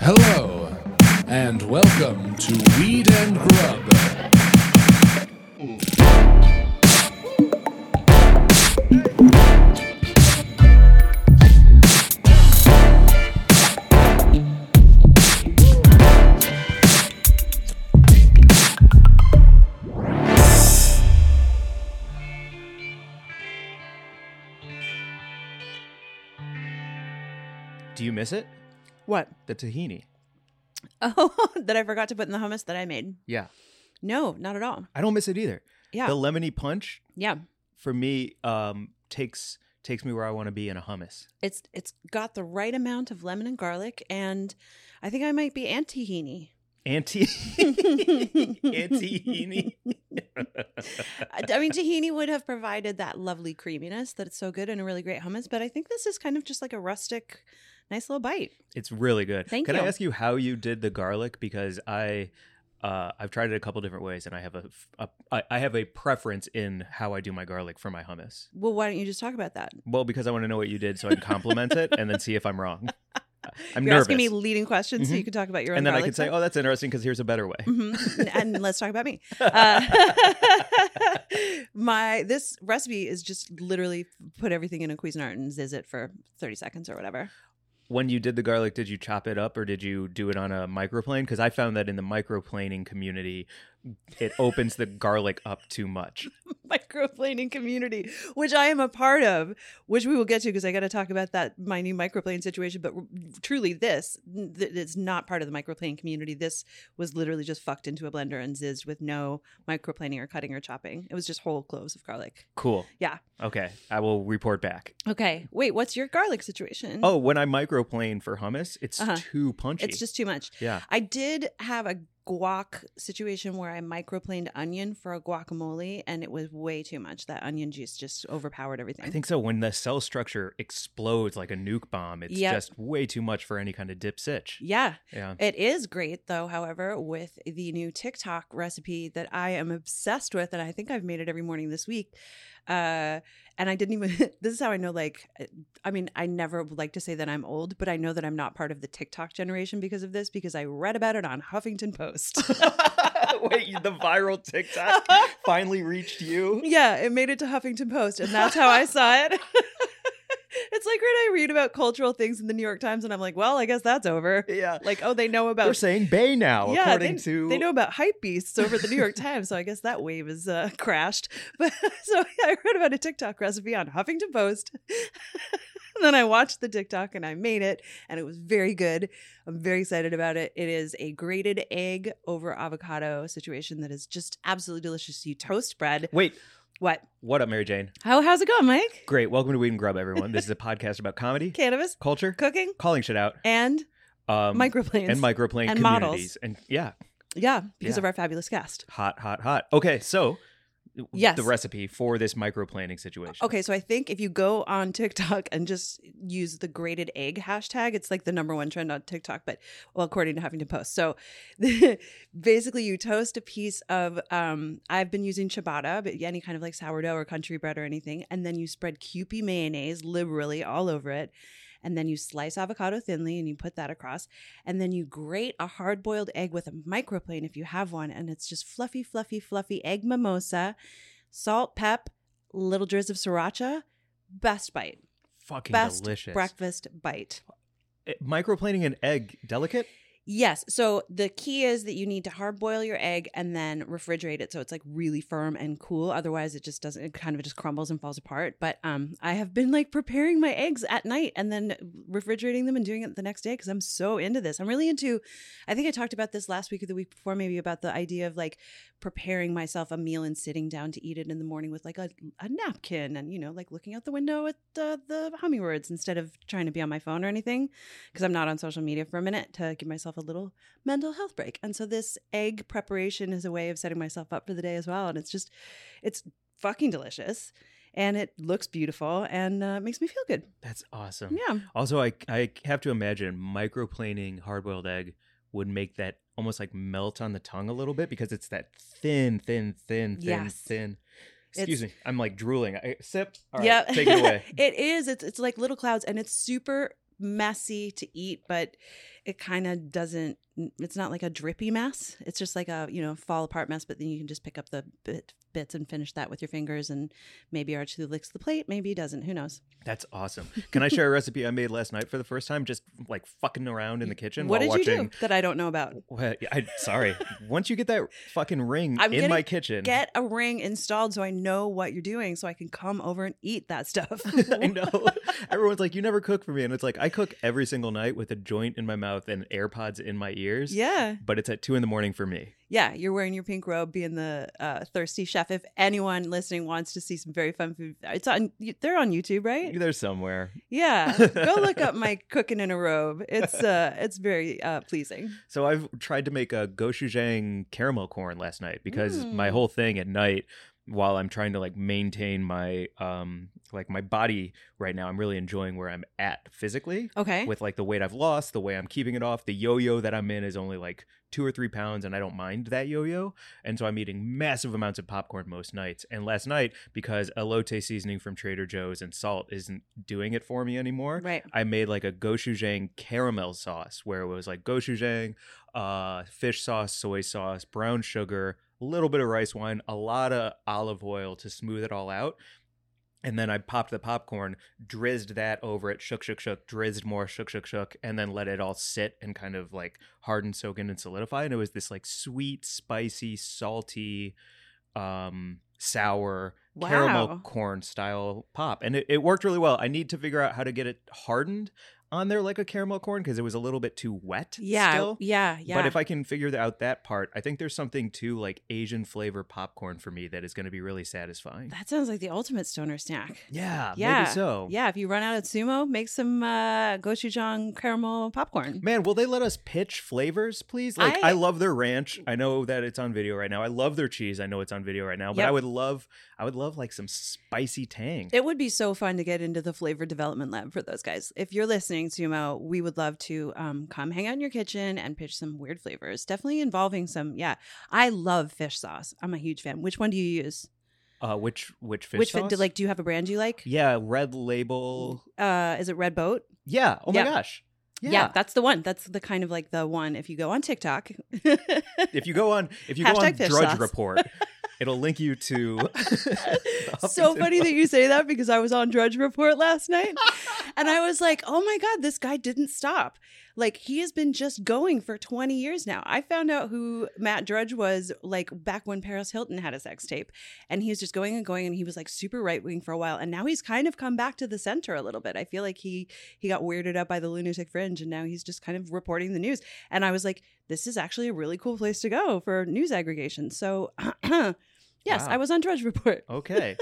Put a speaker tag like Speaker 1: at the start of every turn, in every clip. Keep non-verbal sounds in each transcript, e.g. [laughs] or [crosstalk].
Speaker 1: Hello, and welcome to Weed and Grub.
Speaker 2: Do you miss it?
Speaker 3: What?
Speaker 2: The tahini.
Speaker 3: Oh, [laughs] that I forgot to put in the hummus that I made.
Speaker 2: Yeah.
Speaker 3: No, not at all.
Speaker 2: I don't miss it either.
Speaker 3: Yeah.
Speaker 2: The lemony punch
Speaker 3: yeah.
Speaker 2: for me um takes takes me where I want to be in a hummus.
Speaker 3: It's it's got the right amount of lemon and garlic and I think I might be anti-heeny.
Speaker 2: [laughs] Anti Antihini.
Speaker 3: I I
Speaker 2: [laughs]
Speaker 3: mean, tahini would have provided that lovely creaminess that it's so good and a really great hummus, but I think this is kind of just like a rustic, nice little bite.
Speaker 2: It's really good.
Speaker 3: Thank
Speaker 2: Can I
Speaker 3: you.
Speaker 2: ask you how you did the garlic? Because I uh, I've tried it a couple different ways, and I have a, f- a I- I have a preference in how I do my garlic for my hummus.
Speaker 3: Well, why don't you just talk about that?
Speaker 2: Well, because I want to know what you did, so I can compliment it, and then see if I'm
Speaker 3: [laughs]
Speaker 2: wrong. I'm
Speaker 3: You're
Speaker 2: nervous,
Speaker 3: asking me leading questions so
Speaker 2: Mhm.
Speaker 3: you can talk about your own
Speaker 2: and then I
Speaker 3: garlic
Speaker 2: can say,
Speaker 3: stuff.
Speaker 2: "Oh, that's interesting," because here's a better way.
Speaker 3: Mhm. and let's talk about me. Uh, [laughs] my this recipe is just literally put everything in a Cuisinart and zizz it for thirty seconds or whatever. [laughs]
Speaker 2: when you did the garlic, did you chop it up or did you do it on a microplane? Because I found that in the microplaning community, it opens the garlic up too much.
Speaker 3: Microplaning community, which I am a part of, which we will get to because I got to talk about that my new microplane situation. But truly, this th- it's not part of the microplane community. This was literally just fucked into a blender and zizzed with no microplaning or cutting or chopping. It was just whole cloves of garlic.
Speaker 2: Cool.
Speaker 3: Yeah. Mm-hmm.
Speaker 2: Okay. I will report back.
Speaker 3: Okay, wait, what's your garlic situation?
Speaker 2: Oh, when I microplane for hummus, it's
Speaker 3: Uh-huh.
Speaker 2: too punchy.
Speaker 3: it's just too much.
Speaker 2: yeah.
Speaker 3: I did have a guac situation where I microplaned onion for a guacamole, and it was way too much. That onion juice just overpowered everything.
Speaker 2: I think so. When the cell structure explodes like a nuke bomb, it's
Speaker 3: Yep.
Speaker 2: just way too much for any kind of dip sitch.
Speaker 3: Yeah, [laughs]
Speaker 2: Yeah.
Speaker 3: it is great though. However, with the new TikTok recipe that I am obsessed with, and I think I've made it every morning this week. Uh, and I didn't even. [laughs] this is how I know. Like, I mean, I never would like to say that I'm old, but I know that I'm not part of the TikTok generation because of this. Because I read about it on Huffington Post.
Speaker 2: [laughs] Wait, the viral [laughs] TikTok finally reached you?
Speaker 3: Yeah, it made it to Huffington Post, and that's how I saw it. [laughs] it's like when I read about cultural things in the New York Times, and I'm like, well, I guess that's over.
Speaker 2: Yeah.
Speaker 3: Like, oh, they know
Speaker 2: They're
Speaker 3: about
Speaker 2: saying Bay now,
Speaker 3: yeah,
Speaker 2: according
Speaker 3: they,
Speaker 2: to
Speaker 3: they know about hype beasts over the New York Times, so I guess that wave is uh, crashed. [laughs] But so I read about a TikTok recipe on Huffington Post. [laughs] And then I watched the TikTok and I made it, and it was very good. I'm very excited about it. It is a grated egg over avocado situation that is just absolutely delicious. You toast bread.
Speaker 2: Wait,
Speaker 3: What?
Speaker 2: What up, Mary Jane?
Speaker 3: How how's it going, Mike?
Speaker 2: Great. Welcome to Weed and Grub, everyone. This is a podcast about
Speaker 3: [laughs]
Speaker 2: comedy,
Speaker 3: Cannabis,
Speaker 2: culture,
Speaker 3: cooking,
Speaker 2: calling shit out,
Speaker 3: and
Speaker 2: um,
Speaker 3: microplanes.
Speaker 2: and microplane
Speaker 3: and models.
Speaker 2: communities, and yeah,
Speaker 3: yeah, because
Speaker 2: Yeah.
Speaker 3: of our fabulous cast.
Speaker 2: hot, hot, hot. Okay, so w-
Speaker 3: Yes. Oh,
Speaker 2: the recipe for this microplaning situation.
Speaker 3: Okay, so I think if you go on [laughs] TikTok and just use the grated egg hashtag, it's like the number one trend on TikTok, but well, according to Huffington Post. So [laughs] basically, you toast a piece of, um, I've been using ciabatta, but any kind of like sourdough or country bread or anything, and then you spread Kewpie mayonnaise liberally all over it. And then you slice avocado thinly and you put that across. And then you grate a hard boiled egg with a microplane if you have one. And it's just fluffy, fluffy, fluffy egg mimosa, salt, pep, little drizz of sriracha. Best bite.
Speaker 2: fucking
Speaker 3: Best
Speaker 2: delicious.
Speaker 3: breakfast bite.
Speaker 2: Eh, microplaning an egg, delicate.
Speaker 3: Yes. So the key is that you need to hard boil your egg and then refrigerate it so it's like really firm and cool. Otherwise, it just doesn't. It kind of just crumbles and falls apart. But um, I have been like preparing my eggs at night and then refrigerating them and doing it the next day because I'm so into this. I'm really into. I think I talked about this last week or the week before, maybe about the idea of like preparing myself a meal and sitting down to eat it in the morning with like a, a napkin and you know like looking out the window at the, the hummingbirds instead of trying to be on my phone or anything because I'm not on social media for a minute to give myself a little mental health break. And so this egg preparation is a way of setting myself up for the day as well. And it's just, it's fucking delicious. And it looks beautiful and uh, makes me feel good.
Speaker 2: That's awesome.
Speaker 3: Yeah.
Speaker 2: Also, I I have to imagine microplaning hard-boiled egg would make that almost like melt on the tongue a little bit because it's that thin, thin, thin, thin,
Speaker 3: Yes.
Speaker 2: thin.
Speaker 3: It's-
Speaker 2: Excuse me, I'm like drooling. I, sip. All right,
Speaker 3: yeah. [laughs]
Speaker 2: take it away.
Speaker 3: it is. It's, it's like little clouds and it's super messy to eat, but it kind of doesn't. It's not like a drippy mess. It's just like a you know fall apart mess. But then you can just pick up the bit, bits and finish that with your fingers. And maybe Archie licks the plate. Maybe he doesn't. Who knows?
Speaker 2: That's awesome. Can I share a recipe I made last night for the first time? Just like fucking around in the kitchen
Speaker 3: what did
Speaker 2: while watching. Mm-hmm.
Speaker 3: you do that I don't know about?
Speaker 2: Well, yeah, I, sorry. Once you get that fucking ring
Speaker 3: I'm
Speaker 2: in
Speaker 3: gonna
Speaker 2: my kitchen,
Speaker 3: Get a ring installed so I know what you're doing, so I can come over and eat that stuff.
Speaker 2: [laughs] [laughs] I know. Everyone's like, you never cook for me. And it's like, I cook every single night with a joint in my mouth and AirPods in my ears.
Speaker 3: [laughs] Yeah.
Speaker 2: But it's at two in the morning for me.
Speaker 3: Yeah, you're wearing your pink robe, being the uh, thirsty chef. If anyone listening wants to see some very fun food, it's on. They're on YouTube, right?
Speaker 2: They're somewhere.
Speaker 3: Yeah, go
Speaker 2: [laughs]
Speaker 3: look up my cooking in a robe. It's uh, it's very uh, pleasing.
Speaker 2: So I've tried to make a gochujang caramel corn last night because my
Speaker 3: Mm.
Speaker 2: whole thing at night while I'm trying to like maintain my um like my body right now I'm really enjoying where I'm at physically
Speaker 3: Okay.
Speaker 2: with like the weight I've lost, the way I'm keeping it off, the yo-yo that I'm in is only like 2 or 3 pounds and I don't mind that yo-yo. And so I'm eating massive amounts of popcorn most nights. And last night because elote seasoning from Trader Joe's and salt isn't doing it for me anymore,
Speaker 3: right.
Speaker 2: I made like a gochujang caramel sauce where it was like gochujang, uh, fish sauce, soy sauce, brown sugar, a little bit of rice wine, a lot of olive oil to smooth it all out. And then I popped the popcorn, drizzed that over it, shook, shook, shook, drizzed more, shook, shook, shook, and then let it all sit and kind of like harden, soak in, and solidify. And it was this like sweet, spicy, salty, um, sour caramel
Speaker 3: Wow.
Speaker 2: corn style pop. And it, it worked really well. I need to figure out how to get it hardened on there like a caramel corn because it was a little bit too wet.
Speaker 3: Yeah.
Speaker 2: Still.
Speaker 3: Yeah. Yeah.
Speaker 2: But if I can figure out that part, I think there's something to like Asian flavor popcorn for me that is going to be really satisfying.
Speaker 3: that sounds like the ultimate stoner snack.
Speaker 2: Yeah,
Speaker 3: Yeah,
Speaker 2: Uh, maybe so.
Speaker 3: Yeah. If you run out of sumo, make some uh, gochujang caramel popcorn.
Speaker 2: Man, will they let us pitch flavors, please? Like, I,
Speaker 3: I-
Speaker 2: love their ranch. I know that it's on video right now. I love their cheese. I know it's on video right now. But
Speaker 3: Yep.
Speaker 2: I would love, I would love like some spicy tang.
Speaker 3: It would be so fun to get into the flavor development lab for those guys. If you're listening, Sumo, we would love to um, come hang out in your kitchen and pitch some weird flavors. Definitely involving some, yeah. I love fish sauce. I'm a huge fan. Which one do you use?
Speaker 2: Uh, which which fish
Speaker 3: Which fi-
Speaker 2: sauce?
Speaker 3: do, like? Do you have a brand you like?
Speaker 2: yeah, red label.
Speaker 3: Uh, is it Red Boat?
Speaker 2: Yeah. Oh
Speaker 3: Yeah.
Speaker 2: my gosh. Yeah.
Speaker 3: that's the one. That's the kind of like the one. If you go on TikTok, [laughs]
Speaker 2: If you go on, if you go
Speaker 3: Hashtag
Speaker 2: on
Speaker 3: fish
Speaker 2: Drudge
Speaker 3: sauce. [laughs]
Speaker 2: Report, it'll link you to. [laughs]
Speaker 3: so funny that you say that because I was on Drudge Report last night and I was like, oh my God, this guy didn't stop. Like, he has been just going for 20 years now. I found out who Matt Drudge was like back when Paris Hilton had a sex tape and he was just going and going and he was like super right wing for a while. And now he's kind of come back to the center a little bit. I feel like he he got weirded out by the lunatic fringe and now he's just kind of reporting the news. And I was like, this is actually a really cool place to go for news aggregation. So, [clears throat] yes,
Speaker 2: Wow.
Speaker 3: I was on Drudge Report.
Speaker 2: Okay.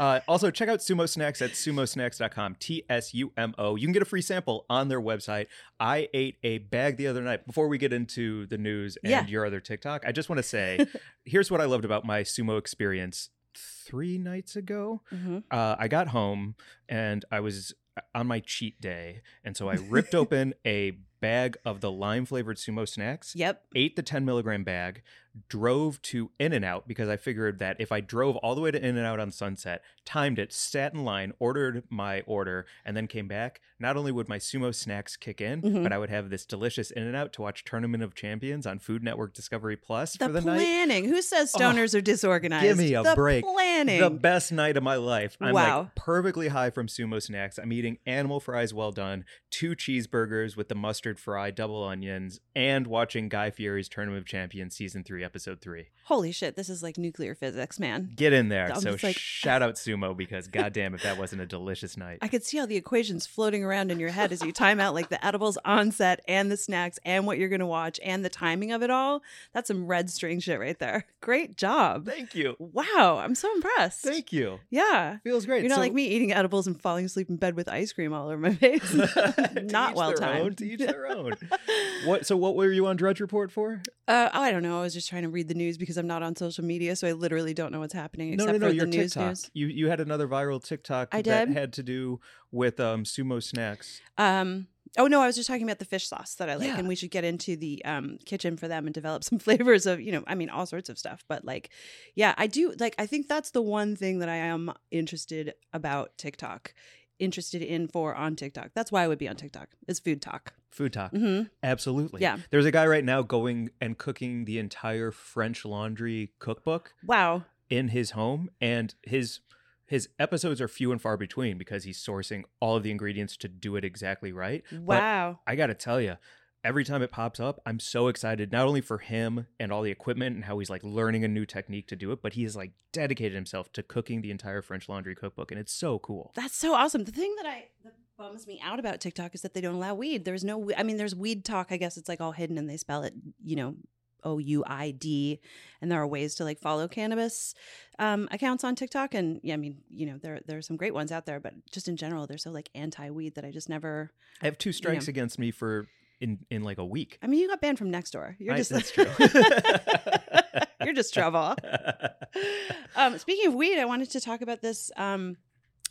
Speaker 2: Uh, also, check out Sumo Snacks at sumosnacks.com. T S U M O. You can get a free sample on their website. I ate a bag the other night. Before we get into the news and
Speaker 3: Yeah.
Speaker 2: your other TikTok, I just want to
Speaker 3: [laughs]
Speaker 2: say here's what I loved about my sumo experience three nights ago.
Speaker 3: Mm-hmm.
Speaker 2: uh, I got home and I was uh, on my cheat day, and so I ripped open a bag of the lime flavored sumo snacks.
Speaker 3: Yep.
Speaker 2: Ate the 10 milligram bag, drove to In N Out because I figured that if I drove all the way to In N Out on Sunset, timed it, sat in line, ordered my order, and then came back, not only would my sumo snacks kick in,
Speaker 3: Mhm.
Speaker 2: but I would have this delicious In N Out to watch Tournament of Champions on Food Network Discovery Plus
Speaker 3: The
Speaker 2: for the night.
Speaker 3: planning. Who says
Speaker 2: Oh,
Speaker 3: stoners are disorganized?
Speaker 2: give me a
Speaker 3: the
Speaker 2: break.
Speaker 3: Planning.
Speaker 2: The best night of my life. I'm
Speaker 3: Wow.
Speaker 2: like perfectly high from sumo snacks. I'm eating animal fries well done, two cheeseburgers with the mustard fry, double onions, and watching Guy Fieri's Tournament of Champions season three, episode three.
Speaker 3: Holy shit! This is like nuclear physics, man.
Speaker 2: Get in there.
Speaker 3: I'm
Speaker 2: so
Speaker 3: just like-
Speaker 2: shout out sumo because goddamn if that wasn't a delicious night.
Speaker 3: [laughs] I could see how the equations floating around in your head as you time out like the edibles on set and the snacks and what you're gonna watch and the timing of it all. That's some red string shit right there. Great job.
Speaker 2: Thank
Speaker 3: [laughs]
Speaker 2: you.
Speaker 3: Wow, I'm so impressed.
Speaker 2: Thank you.
Speaker 3: yeah.
Speaker 2: Feels great.
Speaker 3: You're not
Speaker 2: So-
Speaker 3: like me eating edibles and falling asleep in bed with ice cream all over my [laughs] face.
Speaker 2: [laughs] To
Speaker 3: Not
Speaker 2: each
Speaker 3: well
Speaker 2: their own,
Speaker 3: timed.
Speaker 2: To
Speaker 3: [laughs]
Speaker 2: each their own. What so what were you on Drudge Report for?
Speaker 3: Uh, oh, I don't know. I was just trying to read the news because I'm not on social media, so I literally don't know what's happening except for
Speaker 2: your
Speaker 3: the news
Speaker 2: TikTok.
Speaker 3: news.
Speaker 2: You you had another viral TikTok
Speaker 3: I
Speaker 2: that
Speaker 3: did?
Speaker 2: had to do with um sumo snacks.
Speaker 3: Um, oh no, I was just talking about the fish sauce that I like,
Speaker 2: Yeah.
Speaker 3: and we should get into the um, kitchen for them and develop some [laughs] flavors of you know, I mean, all sorts of stuff. But like, yeah, I do like. I think that's the one thing that I am interested about TikTok interested in for on TikTok. That's why I would be on TikTok. It's food talk.
Speaker 2: Food talk.
Speaker 3: hmm
Speaker 2: Absolutely.
Speaker 3: Yeah.
Speaker 2: There's a guy right now going and cooking the entire French Laundry cookbook
Speaker 3: Wow.
Speaker 2: in his home, and his his episodes are few and far between because he's sourcing all of the ingredients to do it exactly right. But
Speaker 3: Wow.
Speaker 2: I gotta tell you, every time it pops up, I'm so excited not only for him and all the equipment and how he's like learning a new technique to do it, but he has like dedicated himself to cooking the entire French Laundry cookbook, and it's so cool.
Speaker 3: That's so awesome. The thing that I that bums me out about TikTok is that they don't allow weed. There's no we- I mean there's weed talk. I guess it's like all hidden and they spell it, you know, O U I D and there are ways to like follow cannabis um accounts on TikTok and yeah, I mean, you know, there there are some great ones out there, but just in general they're so like anti-weed that I just never
Speaker 2: I have two strikes against me for in in like a week. [laughs]
Speaker 3: I mean, you got banned from next door. You're
Speaker 2: I-
Speaker 3: just
Speaker 2: that's true.
Speaker 3: [laughs] You're
Speaker 2: [laughs]
Speaker 3: just trouble. um, speaking of weed, I wanted to talk about this um,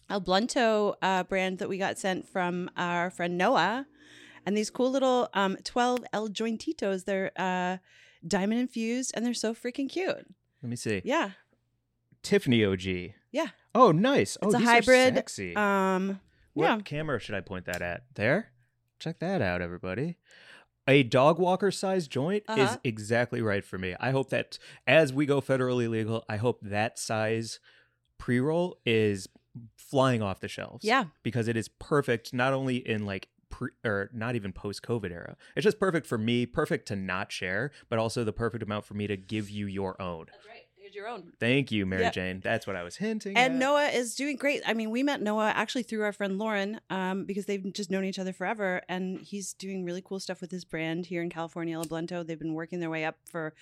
Speaker 3: El Blunto uh, brand that we got sent from our friend Noah, and these cool little um, twelve El Jointitos. They're uh, diamond infused, and they're so freaking cute.
Speaker 2: Let me see.
Speaker 3: Yeah,
Speaker 2: Tiffany OG.
Speaker 3: Yeah.
Speaker 2: Oh, nice. Oh,
Speaker 3: It's a
Speaker 2: these are
Speaker 3: hybrid,
Speaker 2: sexy.
Speaker 3: um,
Speaker 2: what
Speaker 3: yeah.
Speaker 2: camera should I point that at? There. Check that out, everybody. A dog walker size joint is
Speaker 3: Uh-huh.
Speaker 2: exactly right for me. I hope that as we go federally legal, I hope that size pre roll is flying off the shelves.
Speaker 3: yeah.
Speaker 2: because it is perfect not only in like pre or not even post COVID era. It's just perfect for me, perfect to not share, but also the perfect amount for me to give you your own.
Speaker 3: That's right. Here's your own.
Speaker 2: Thank you, Mary
Speaker 3: Yeah.
Speaker 2: Jane. That's what I was hinting.
Speaker 3: And
Speaker 2: at.
Speaker 3: Noah is doing great. I mean, we met Noah actually through our friend Lauren um, because they've just known each other forever. And he's doing really cool stuff with his brand here in California, La Blento. They've been working their way up for,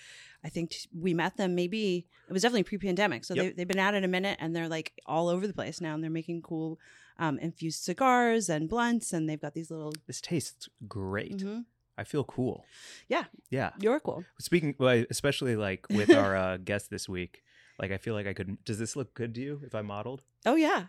Speaker 3: I think t- we met them maybe, it was definitely pre pandemic. So
Speaker 2: Yep.
Speaker 3: they, they've been at it a minute and they're like all over the place now. And they're making cool um, infused cigars and blunts. And they've got these little,
Speaker 2: this tastes great.
Speaker 3: Mhm.
Speaker 2: I feel cool.
Speaker 3: Yeah.
Speaker 2: Yeah.
Speaker 3: you're cool.
Speaker 2: Speaking, well, especially like with our
Speaker 3: [laughs]
Speaker 2: uh, guest this week, like I feel like I could. Does this look good to you if I modeled?
Speaker 3: Oh yeah.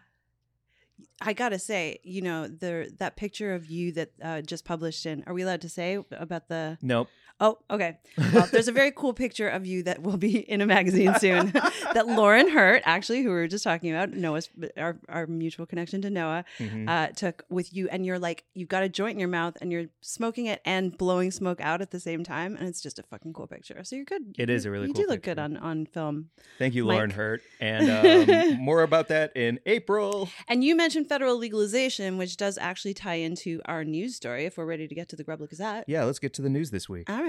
Speaker 3: I gotta say, you know, the that picture of you that uh, just published in. Are we allowed to say about the?
Speaker 2: Nope.
Speaker 3: Oh, okay. Well, there's a very cool picture of you that will be [laughs] in a magazine
Speaker 2: [laughs]
Speaker 3: soon that Lauren Hurt, actually, who we were just talking about, Noah's our, our mutual connection to Noah,
Speaker 2: Mhm.
Speaker 3: uh, took with you. And you're like, you've got a joint in your mouth and you're smoking it and blowing smoke out at the same time. And it's just a fucking cool picture. So you're good.
Speaker 2: It is a really
Speaker 3: You
Speaker 2: cool
Speaker 3: do look good
Speaker 2: picture.
Speaker 3: on, on film.
Speaker 2: Thank you,
Speaker 3: Mike.
Speaker 2: Lauren Hurt,
Speaker 3: [laughs]
Speaker 2: and um, more about that in April.
Speaker 3: And you mentioned federal legalization, which does actually tie into our news story if we're ready to get to the Grubler Gazette.
Speaker 2: Yeah, let's get to the news this week.
Speaker 3: All right.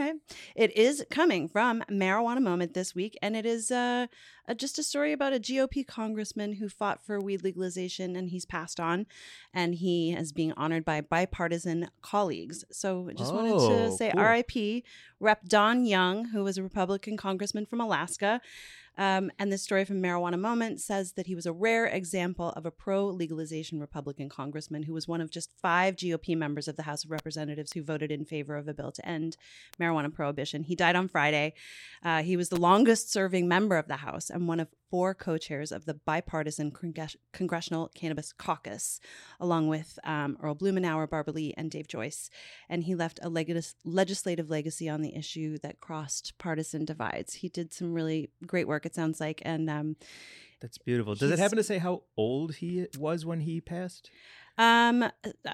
Speaker 3: It is coming from Marijuana Moment this week, and it is uh, a, just a story about a GOP congressman who fought for weed legalization and he's passed on, and he is being honored by bipartisan colleagues. So I just wanted
Speaker 2: Oh,
Speaker 3: to say
Speaker 2: cool.
Speaker 3: RIP, Rep. Don Young, who was a Republican congressman from Alaska. Um, and this story from Marijuana Moment says that he was a rare example of a pro legalization Republican congressman who was one of just five GOP members of the House of Representatives who voted in favor of a bill to end marijuana prohibition. He died on Friday. Uh, he was the longest serving member of the House and one of four co chairs of the bipartisan Congres- Congressional Cannabis Caucus, along with um, Earl Blumenauer, Barbara Lee, and Dave Joyce. And he left a legis- legislative legacy on the issue that crossed partisan divides. He did some really great work, it sounds like. And um,
Speaker 2: That's beautiful. Does it
Speaker 3: He's-
Speaker 2: happen to say how old he was when he passed?
Speaker 3: um,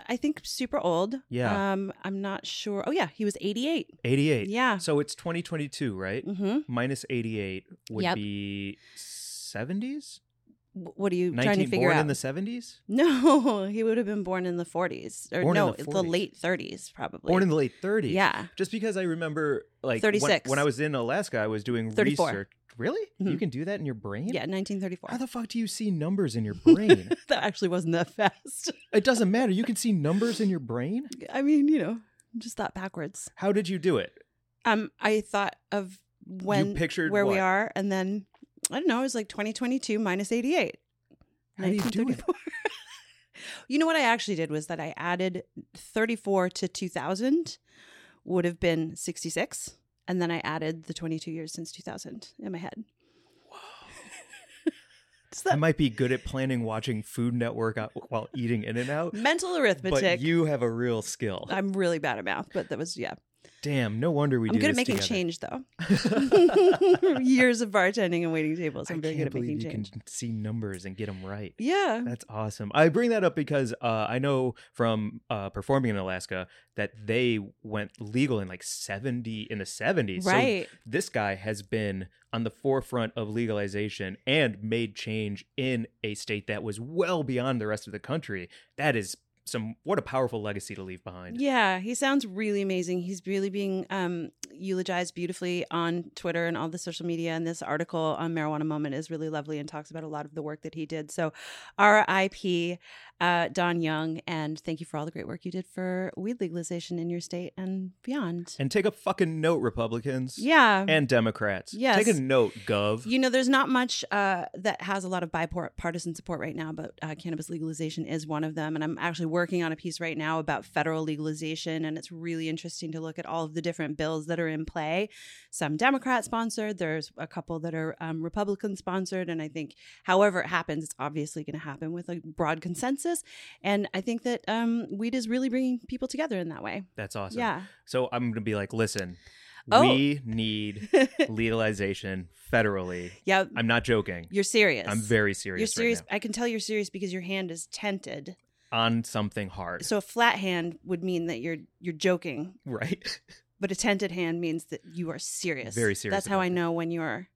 Speaker 3: I think super old.
Speaker 2: Yeah.
Speaker 3: Um, I'm not sure. Oh, yeah, he was 88.
Speaker 2: 88.
Speaker 3: Yeah.
Speaker 2: So it's 2022, right?
Speaker 3: Mm-hmm.
Speaker 2: Minus 88 would
Speaker 3: Yep.
Speaker 2: be 70s?
Speaker 3: What are you
Speaker 2: 19
Speaker 3: trying to figure
Speaker 2: born
Speaker 3: out?
Speaker 2: in the 70s?
Speaker 3: [laughs] No, he would have been born in the 40s or
Speaker 2: Born in
Speaker 3: no,
Speaker 2: the
Speaker 3: the,
Speaker 2: 40s.
Speaker 3: late 30s probably.
Speaker 2: Born in the late 30s.
Speaker 3: Yeah.
Speaker 2: Just because I remember like when- When,
Speaker 3: 36.
Speaker 2: I was in Alaska, I was doing
Speaker 3: 34.
Speaker 2: research. Really? You
Speaker 3: Mhm.
Speaker 2: can do that in your brain?
Speaker 3: Yeah,
Speaker 2: How
Speaker 3: 1934.
Speaker 2: the fuck do you see numbers in your brain?
Speaker 3: [laughs] that actually wasn't that [laughs] fast.
Speaker 2: it doesn't matter. You can see numbers in your brain?
Speaker 3: I mean, you know, just thought backwards.
Speaker 2: How did you do it?
Speaker 3: Um I thought of when
Speaker 2: pictured
Speaker 3: where
Speaker 2: what?
Speaker 3: we are and then I don't know, it was like 2022 minus 88.
Speaker 2: How do you do it?
Speaker 3: 1934. [laughs] you know what I actually did was that I added 34 to 2000 would have been 66 and then I added the 22 years since 2000 in my head. [laughs] Does
Speaker 2: I
Speaker 3: that
Speaker 2: might be good at planning watching Food Network out- while
Speaker 3: [laughs]
Speaker 2: eating In and Out,
Speaker 3: mental
Speaker 2: but
Speaker 3: arithmetic?
Speaker 2: you have a real skill.
Speaker 3: I'm really bad at math, but that was yeah.
Speaker 2: Damn, no wonder we
Speaker 3: I'm
Speaker 2: do
Speaker 3: good at
Speaker 2: this
Speaker 3: making
Speaker 2: together.
Speaker 3: change though.
Speaker 2: I [laughs]
Speaker 3: [laughs] Years of bartending and waiting tables. I'm very
Speaker 2: can't
Speaker 3: good at making
Speaker 2: believe
Speaker 3: change.
Speaker 2: you can see numbers and get them right.
Speaker 3: Yeah.
Speaker 2: That's awesome. I bring that up because uh, I know from uh, performing in Alaska that they went legal in like 70 in the 70s. So
Speaker 3: Right.
Speaker 2: this guy has been on the forefront of legalization and made change in a state that was well beyond the rest of the country. That is some what a powerful legacy to leave behind.
Speaker 3: Yeah, he sounds really amazing. He's really being um, eulogized beautifully on Twitter and all the social media. And this article on Marijuana Moment is really lovely and talks about a lot of the work that he did. So, RIP, uh, Don Young, and thank you for all the great work you did for weed legalization in your state and beyond.
Speaker 2: And take a fucking note, Republicans.
Speaker 3: yeah.
Speaker 2: And Democrats.
Speaker 3: Yes.
Speaker 2: Take a note, Gov.
Speaker 3: you know, there's not much uh, that has a lot of bipartisan support right now, but uh, cannabis legalization is one of them. And I'm actually working on a piece right now about federal legalization, and it's really interesting to look at all of the different bills that are in play. Some Democrat sponsored, there's a couple that are um, Republican sponsored, and I think, however it happens, it's obviously going to happen with a broad consensus. And I think that um, weed is really bringing people together in that way.
Speaker 2: That's awesome.
Speaker 3: Yeah.
Speaker 2: So I'm going to be like, listen,
Speaker 3: Oh.
Speaker 2: we
Speaker 3: [laughs]
Speaker 2: need legalization federally.
Speaker 3: yeah.
Speaker 2: I'm not joking.
Speaker 3: You're serious.
Speaker 2: I'm very serious.
Speaker 3: You're serious.
Speaker 2: right
Speaker 3: I can tell you're serious because your hand is tented.
Speaker 2: now. on something hard,
Speaker 3: So a flat hand would mean that you're you're joking,
Speaker 2: [laughs] right?
Speaker 3: but a tented hand means that you are serious.
Speaker 2: Very serious
Speaker 3: That's how
Speaker 2: about
Speaker 3: I
Speaker 2: this.
Speaker 3: know when you're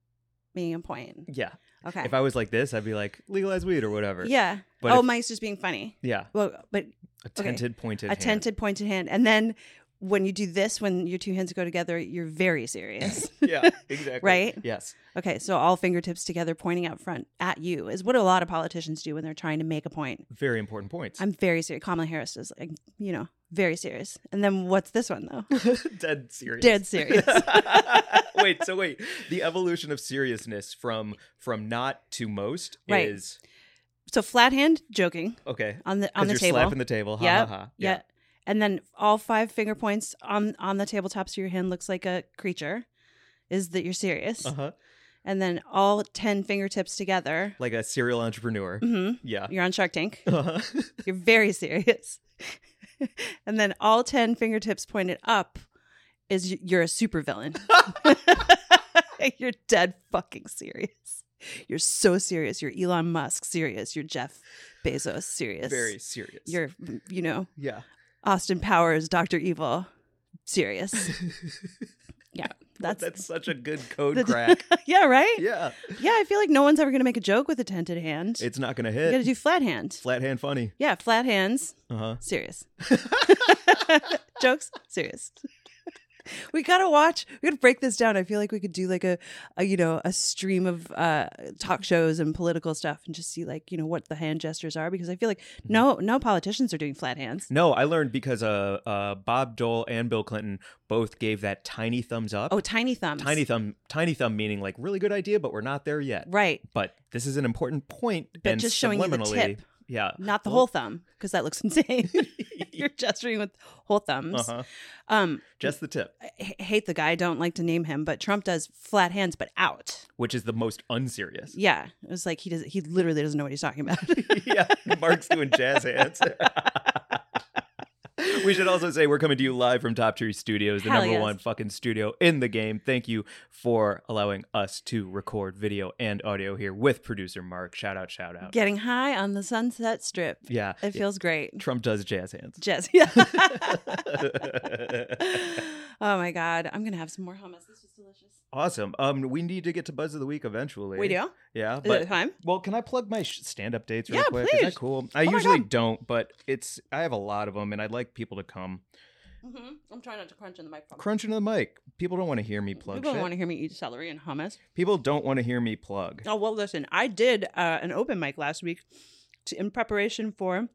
Speaker 3: making a point.
Speaker 2: yeah.
Speaker 3: Okay.
Speaker 2: If I was like this, I'd be like legalize weed or whatever.
Speaker 3: yeah.
Speaker 2: But
Speaker 3: oh,
Speaker 2: if-
Speaker 3: Mike's just being funny.
Speaker 2: Yeah.
Speaker 3: Well, but
Speaker 2: A
Speaker 3: Okay.
Speaker 2: tented pointed.
Speaker 3: a
Speaker 2: hand.
Speaker 3: tented pointed hand, and then when you do this, when your two hands go together, you're very
Speaker 2: [laughs]
Speaker 3: serious.
Speaker 2: [laughs]
Speaker 3: [laughs]
Speaker 2: yeah. Exactly.
Speaker 3: Right?
Speaker 2: Yes.
Speaker 3: okay, so all fingertips together, pointing out front at you, is what a lot of politicians do when they're trying to make a point.
Speaker 2: Very important points.
Speaker 3: I'm very serious. Kamala Harris is like, you know, very serious. And then what's this one though?
Speaker 2: [laughs] dead serious.
Speaker 3: Dead serious.
Speaker 2: [laughs] wait. So wait. The evolution of seriousness from from not to most
Speaker 3: Right.
Speaker 2: is
Speaker 3: so flat hand, joking
Speaker 2: okay.
Speaker 3: on the on
Speaker 2: 'Cause
Speaker 3: the
Speaker 2: you're
Speaker 3: table.
Speaker 2: slapping the table. Ha
Speaker 3: Yep.
Speaker 2: ha ha.
Speaker 3: Yeah. And then all five finger points on on the tabletops of your hand looks like a creature. Is that you're serious?
Speaker 2: Uh huh.
Speaker 3: And then all ten fingertips together.
Speaker 2: Like a serial entrepreneur.
Speaker 3: mhm,
Speaker 2: Yeah.
Speaker 3: You're on Shark Tank.
Speaker 2: [laughs] Uh-huh.
Speaker 3: You're very serious. [laughs] and then all ten fingertips pointed up is y- you're a supervillain.
Speaker 2: [laughs]
Speaker 3: you're dead fucking serious. You're so serious. You're Elon Musk serious. You're Jeff Bezos serious.
Speaker 2: Very serious.
Speaker 3: You're you know
Speaker 2: yeah.
Speaker 3: Austin Powers, Doctor Evil, serious. Yeah,
Speaker 2: That's,
Speaker 3: that's,
Speaker 2: such a good code
Speaker 3: the-
Speaker 2: crack.
Speaker 3: [laughs] yeah, right. Yeah.
Speaker 2: yeah.
Speaker 3: I feel like no one's ever gonna make a joke with a tented hand.
Speaker 2: It's not going to
Speaker 3: you gotta
Speaker 2: hit.
Speaker 3: do flat hand.
Speaker 2: Flat hand funny.
Speaker 3: yeah, flat hands,
Speaker 2: Uh huh.
Speaker 3: serious. [laughs] Jokes, serious. We gotta watch. We gotta break this down. I feel like we could do like a, a you know, a stream of uh, talk shows and political stuff, and just see like you know what the hand gestures are. Because I feel like no, no politicians are doing flat hands.
Speaker 2: No, I learned because uh, uh, Bob Dole and Bill Clinton both gave that tiny thumbs up.
Speaker 3: Oh, tiny thumbs.
Speaker 2: tiny thumb, tiny thumb meaning like really good idea, but we're not there yet.
Speaker 3: Right,
Speaker 2: But this is an important point.
Speaker 3: But
Speaker 2: and
Speaker 3: just showing you the
Speaker 2: subliminally-
Speaker 3: tip.
Speaker 2: Yeah.
Speaker 3: not the whole thumb, because that looks [laughs] insane. You're gesturing with whole thumbs.
Speaker 2: Uh-huh.
Speaker 3: Um,
Speaker 2: Just the tip,
Speaker 3: I h- hate the guy. Don't like to name him, but Trump does flat hands, but out.
Speaker 2: which is the most unserious.
Speaker 3: Yeah, it was like he does. He literally doesn't know what he's talking about.
Speaker 2: [laughs]
Speaker 3: [laughs]
Speaker 2: yeah, Mark's doing jazz hands. [laughs] we should also say we're coming to you live from Top Tree Studios, the
Speaker 3: Hell
Speaker 2: number
Speaker 3: yes.
Speaker 2: one fucking studio in the game. Thank you for allowing us to record video and audio here with producer Mark. Shout out, shout out.
Speaker 3: Getting high on the Sunset Strip.
Speaker 2: Yeah,
Speaker 3: It feels great. [laughs]
Speaker 2: Trump does jazz hands.
Speaker 3: Jess. [laughs] Yeah. oh my God, I'm gonna have some more hummus. This was delicious.
Speaker 2: [laughs] awesome. Um, we need to get to Buzz of the Week eventually.
Speaker 3: We do.
Speaker 2: Yeah,
Speaker 3: Is
Speaker 2: but
Speaker 3: it time?
Speaker 2: Well, can I plug my sh- stand-up dates real
Speaker 3: Yeah,
Speaker 2: quick? Is
Speaker 3: please. Oh
Speaker 2: that cool? I
Speaker 3: my
Speaker 2: usually
Speaker 3: God.
Speaker 2: don't, but it's I have a lot of them, and I'd like people to come.
Speaker 3: Mm-hmm. I'm trying not to crunch in the microphone.
Speaker 2: Crunch into the mic. People don't want to hear me plug.
Speaker 3: People
Speaker 2: shit.
Speaker 3: want to hear me eat celery and hummus.
Speaker 2: People don't want to hear me plug.
Speaker 3: Oh well, listen. I did uh, an open mic last week to, in preparation for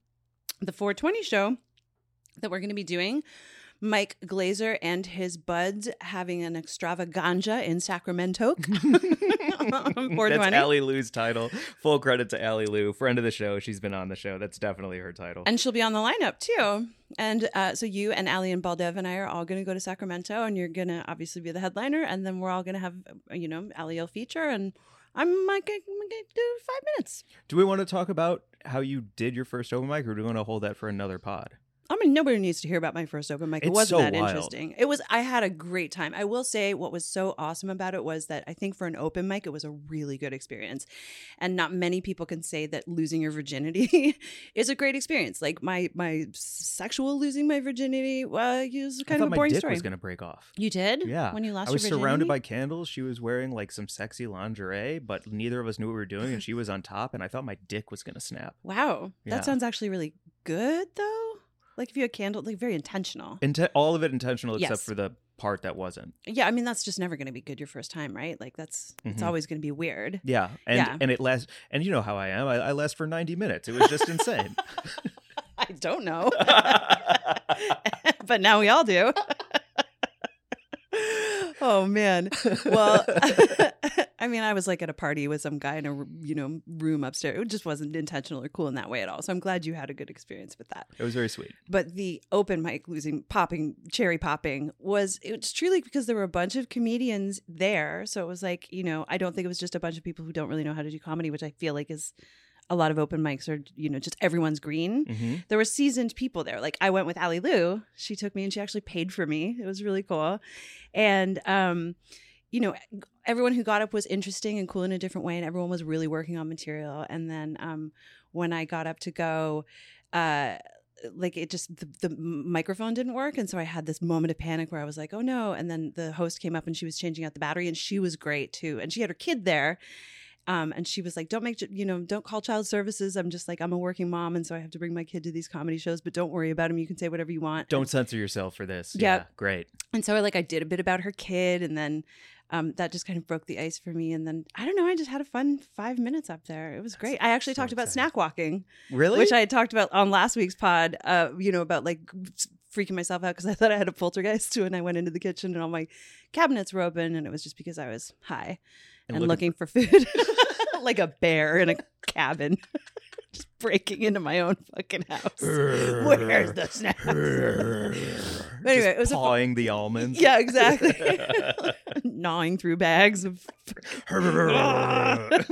Speaker 3: the 420 show that we're going to be doing. Mike Glazer and his buds having an extravaganza in Sacramento. [laughs]
Speaker 2: [laughs] That's
Speaker 3: 420.
Speaker 2: Allie Lou's title. [laughs] Full credit to Allie Lou, friend of the show. She's been on the show. That's definitely her title.
Speaker 3: And she'll be on the lineup too. And uh, so you and Ali and Baldev and I are all going to go to Sacramento, and you're going to obviously be the headliner. And then we're all going to have, uh, you know, Ali will feature, and I'm like, I'm going to do five minutes.
Speaker 2: do we want to talk about how you did your first open mic, or do we want to hold that for another pod?
Speaker 3: I mean, nobody needs to hear about my first open mic. It
Speaker 2: It's
Speaker 3: wasn't
Speaker 2: so
Speaker 3: that
Speaker 2: wild.
Speaker 3: interesting. It was. I had a great time. I will say, what was so awesome about it was that I think for an open mic, it was a really good experience, and not many people can say that losing your virginity [laughs] is a great experience. Like my my sexual losing my virginity uh, is kind
Speaker 2: I thought
Speaker 3: of a
Speaker 2: my
Speaker 3: boring
Speaker 2: dick
Speaker 3: story.
Speaker 2: was gonna break off.
Speaker 3: you did,
Speaker 2: Yeah.
Speaker 3: When you lost,
Speaker 2: I was
Speaker 3: your virginity?
Speaker 2: surrounded by candles. She was wearing like some sexy lingerie, but neither of us knew what we were doing, and she was on top. And I thought my dick was gonna snap.
Speaker 3: Wow,
Speaker 2: Yeah.
Speaker 3: that sounds actually really good, though. Like if you had candle, like very intentional.
Speaker 2: Inte- all of it intentional except
Speaker 3: Yes.
Speaker 2: for the part that wasn't.
Speaker 3: Yeah, I mean that's just never going to be good your first time, right? Like that's it's
Speaker 2: Mhm.
Speaker 3: always going to be weird.
Speaker 2: Yeah, and
Speaker 3: Yeah.
Speaker 2: and it lasts. And you know how I am. I, I last for ninety minutes. It was just
Speaker 3: [laughs]
Speaker 2: insane.
Speaker 3: I don't know. [laughs] but now we all do. [laughs] oh man. Well, [laughs] I mean, I was like at a party with some guy in a r- you know room upstairs. It just wasn't intentional or cool in that way at all. So I'm glad you had a good experience with that.
Speaker 2: it was very sweet.
Speaker 3: But the open mic losing popping cherry popping was it's truly because there were a bunch of comedians there. So it was like you know I don't think it was just a bunch of people who don't really know how to do comedy, which I feel like is a lot of open mics are you know just everyone's green
Speaker 2: hmm
Speaker 3: there were seasoned people there. Like I went with Ali Lou. She took me and she actually paid for me. It was really cool. And um, you know, everyone who got up was interesting and cool in a different way, and everyone was really working on material. And then um when I got up to go, uh like it just the, the microphone didn't work and so i had this moment of panic where i was like oh no and then the host came up and she was changing out the battery and she was great too and she had her kid there um, and she was like, "Don't make you know, don't call child services. I'm just like I'm a working mom, and so I have to bring my kid to these comedy shows. But don't worry about him. You can say whatever you want.
Speaker 2: Don't censor yourself for this.
Speaker 3: Yeah.
Speaker 2: Yeah, great.
Speaker 3: And so like I did a bit about her kid, and then um, that just kind of broke the ice for me. And then I don't know, I just had a fun five minutes up there. It was great. I actually
Speaker 2: so
Speaker 3: talked about
Speaker 2: exciting.
Speaker 3: snack walking,
Speaker 2: Really?
Speaker 3: which I had talked about on last week's pod. Uh, you know about like freaking myself out because I thought I had a poltergeist [laughs] too, and I went into the kitchen and all my cabinets were open, and it was just because I was high and, looking for food [laughs] like a bear in a cabin [laughs] just breaking into my own fucking house
Speaker 2: [laughs]
Speaker 3: where's the snacks
Speaker 2: Anyway,
Speaker 3: anyway, it was a fu-
Speaker 2: pawing the almonds. [laughs]
Speaker 3: yeah [laughs] exactly gnawing through bags of
Speaker 2: I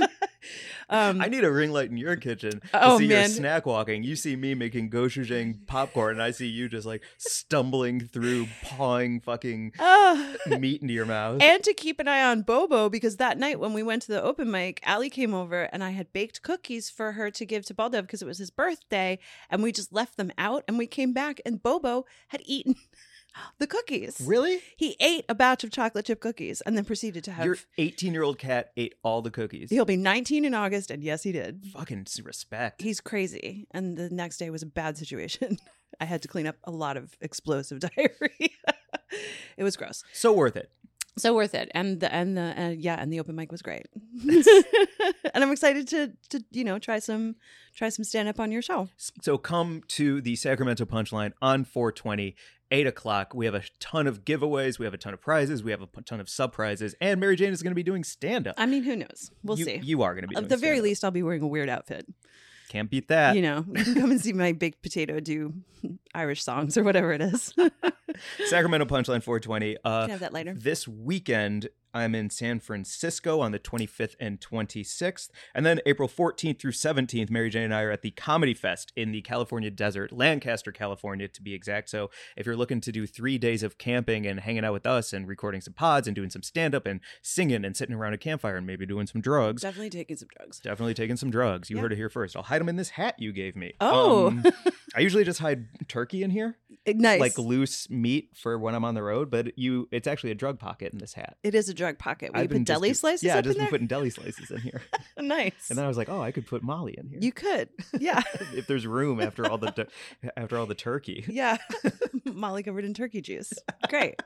Speaker 3: um
Speaker 2: need a ring light in your kitchen to
Speaker 3: Oh,
Speaker 2: see your
Speaker 3: man.
Speaker 2: snack walking. You see me making gochujang popcorn, and I see you just like stumbling through, pawing fucking
Speaker 3: ah.
Speaker 2: meat into your mouth.
Speaker 3: and to keep an eye on Bobo because that night when we went to the open mic, Allie came over and I had baked cookies for her to give to Baldo because it was his birthday, and we just left them out and we came back and Bobo had eaten [laughs] the cookies.
Speaker 2: really?
Speaker 3: He ate a batch of chocolate chip cookies and then proceeded to have.
Speaker 2: Your 18 year old cat ate all the cookies.
Speaker 3: He'll be 19 in August, and yes, he did.
Speaker 2: Fucking s- respect.
Speaker 3: He's crazy. And the next day was a bad situation. [laughs] I had to clean up a lot of explosive [laughs] diarrhea. it was gross.
Speaker 2: so worth it.
Speaker 3: So worth it. And the and the uh, yeah, and the open mic was great. [laughs] and I'm excited to to you know try some try some stand up on your show.
Speaker 2: So come to the Sacramento Punchline on 420, 8 o'clock. We have a ton of giveaways. We have a ton of prizes. We have a p- ton of sub prizes. And Mary Jane is going to be doing stand up.
Speaker 3: I mean, who knows? We'll
Speaker 2: you,
Speaker 3: see.
Speaker 2: You are going to be doing
Speaker 3: At the very
Speaker 2: stand-up.
Speaker 3: least, I'll be wearing a weird outfit.
Speaker 2: Can't beat that. [laughs]
Speaker 3: you know, you can come and see my baked potato do Irish songs or whatever it is.
Speaker 2: Uh,
Speaker 3: [laughs]
Speaker 2: Sacramento Punchline 420. Uh,
Speaker 3: Can I have
Speaker 2: [laughs]
Speaker 3: that lighter?
Speaker 2: This weekend, I'm in San Francisco on the 25th and 26th. And then April 14th through 17th, Mary Jane and I are at the Comedy Fest in the California desert, Lancaster, California, to be exact. So if you're looking to do three days of camping and hanging out with us and recording some pods and doing some stand up and singing and sitting around a campfire and maybe doing some drugs,
Speaker 3: Definitely taking some drugs.
Speaker 2: definitely taking some drugs. You
Speaker 3: Yeah.
Speaker 2: heard it here first. I'll hide them in this hat you gave me.
Speaker 3: Oh. [laughs]
Speaker 2: Um, I usually just hide turkey in here
Speaker 3: Nice.
Speaker 2: like loose meat for when I'm on the road, but you it's actually a drug pocket in this hat.
Speaker 3: it is a drug pocket. We
Speaker 2: I've
Speaker 3: put
Speaker 2: been just
Speaker 3: deli
Speaker 2: do-
Speaker 3: slices
Speaker 2: Yeah,
Speaker 3: up
Speaker 2: I've just
Speaker 3: in
Speaker 2: been
Speaker 3: there.
Speaker 2: putting deli slices in
Speaker 3: [laughs]
Speaker 2: here.
Speaker 3: nice.
Speaker 2: And then I was like, oh, I could put Molly in here.
Speaker 3: you could. Yeah.
Speaker 2: if there's room after all the tur- after all the turkey. [laughs]
Speaker 3: [laughs] Yeah. Molly covered in turkey juice. Great.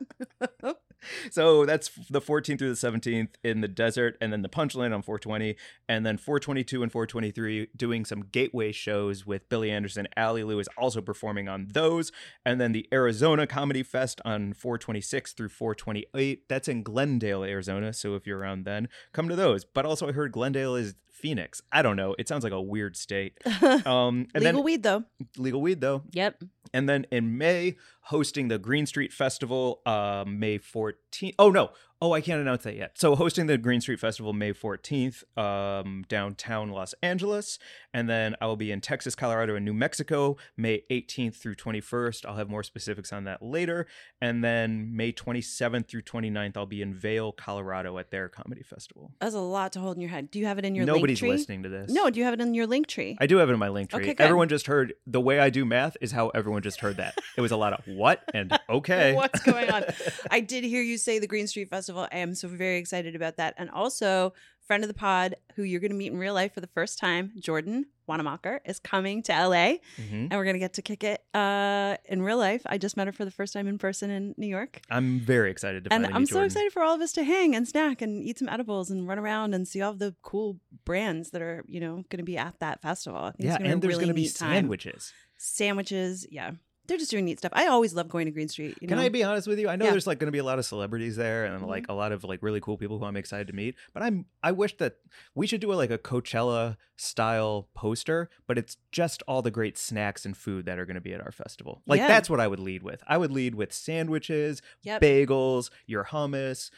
Speaker 2: So that's the 14th through the 17th in the desert and then the punchline on 420 and then 422 and 423 doing some gateway shows with Billy Anderson. Ali Lou is also performing on those and then the Arizona Comedy Fest on 426 through 428. That's in Glendale, Arizona, so if you're around then, come to those. But also I heard Glendale is Phoenix. I don't know. It sounds like a weird
Speaker 3: [laughs]
Speaker 2: state. Um [laughs] and
Speaker 3: Legal
Speaker 2: then
Speaker 3: weed though.
Speaker 2: legal weed though.
Speaker 3: Yep.
Speaker 2: And then in May, hosting the Green Street Festival uh, May 14th. Oh, no. Oh, I can't announce that yet. So, hosting the Green Street Festival May 14th, um, downtown Los Angeles. And then I will be in Texas, Colorado, and New Mexico May 18th through 21st. I'll have more specifics on that later. And then May 27th through 29th, I'll be in Vail, Colorado at their comedy festival.
Speaker 3: That's a lot to hold in your head. Do you have it in your
Speaker 2: Nobody's
Speaker 3: link tree?
Speaker 2: listening to this.
Speaker 3: No, do you have it in your link tree?
Speaker 2: I do have it in my link tree.
Speaker 3: Okay, good.
Speaker 2: everyone just heard the way I do math is how everyone just heard that. It was a lot of what
Speaker 3: [laughs]
Speaker 2: and okay.
Speaker 3: What's going
Speaker 2: [laughs]
Speaker 3: on? I did hear you say the Green Street Festival. I am so very excited about that. And also, friend of the pod, who you're going to meet in real life for the first time, Jordan Wanamaker, is coming to LA,
Speaker 2: Mhm.
Speaker 3: and we're going to get to kick it uh, in real life. I just met her for the first time in person in New York.
Speaker 2: I'm very excited to
Speaker 3: And
Speaker 2: finally
Speaker 3: I'm
Speaker 2: meet
Speaker 3: so
Speaker 2: Jordan.
Speaker 3: excited for all of us to hang and snack and eat some edibles and run around and see all the cool brands that are, you know, going to be at that festival. I think
Speaker 2: Yeah,
Speaker 3: it's gonna
Speaker 2: and
Speaker 3: be a
Speaker 2: there's
Speaker 3: really
Speaker 2: going to be
Speaker 3: neat time.
Speaker 2: sandwiches.
Speaker 3: sandwiches. Yeah, they're just doing neat stuff. I always love going to Green Street. You
Speaker 2: Can
Speaker 3: know?
Speaker 2: I be honest with you? I know
Speaker 3: Yeah.
Speaker 2: there's like going to be a lot of celebrities there and
Speaker 3: Mhm.
Speaker 2: like a lot of like really cool people who I'm excited to meet. But I'm I wish that we should do a, like a Coachella style poster, but it's just all the great snacks and food that are going to be at our festival. Like
Speaker 3: Yeah.
Speaker 2: that's what I would lead with. I would lead with sandwiches,
Speaker 3: Yep.
Speaker 2: bagels, your hummus,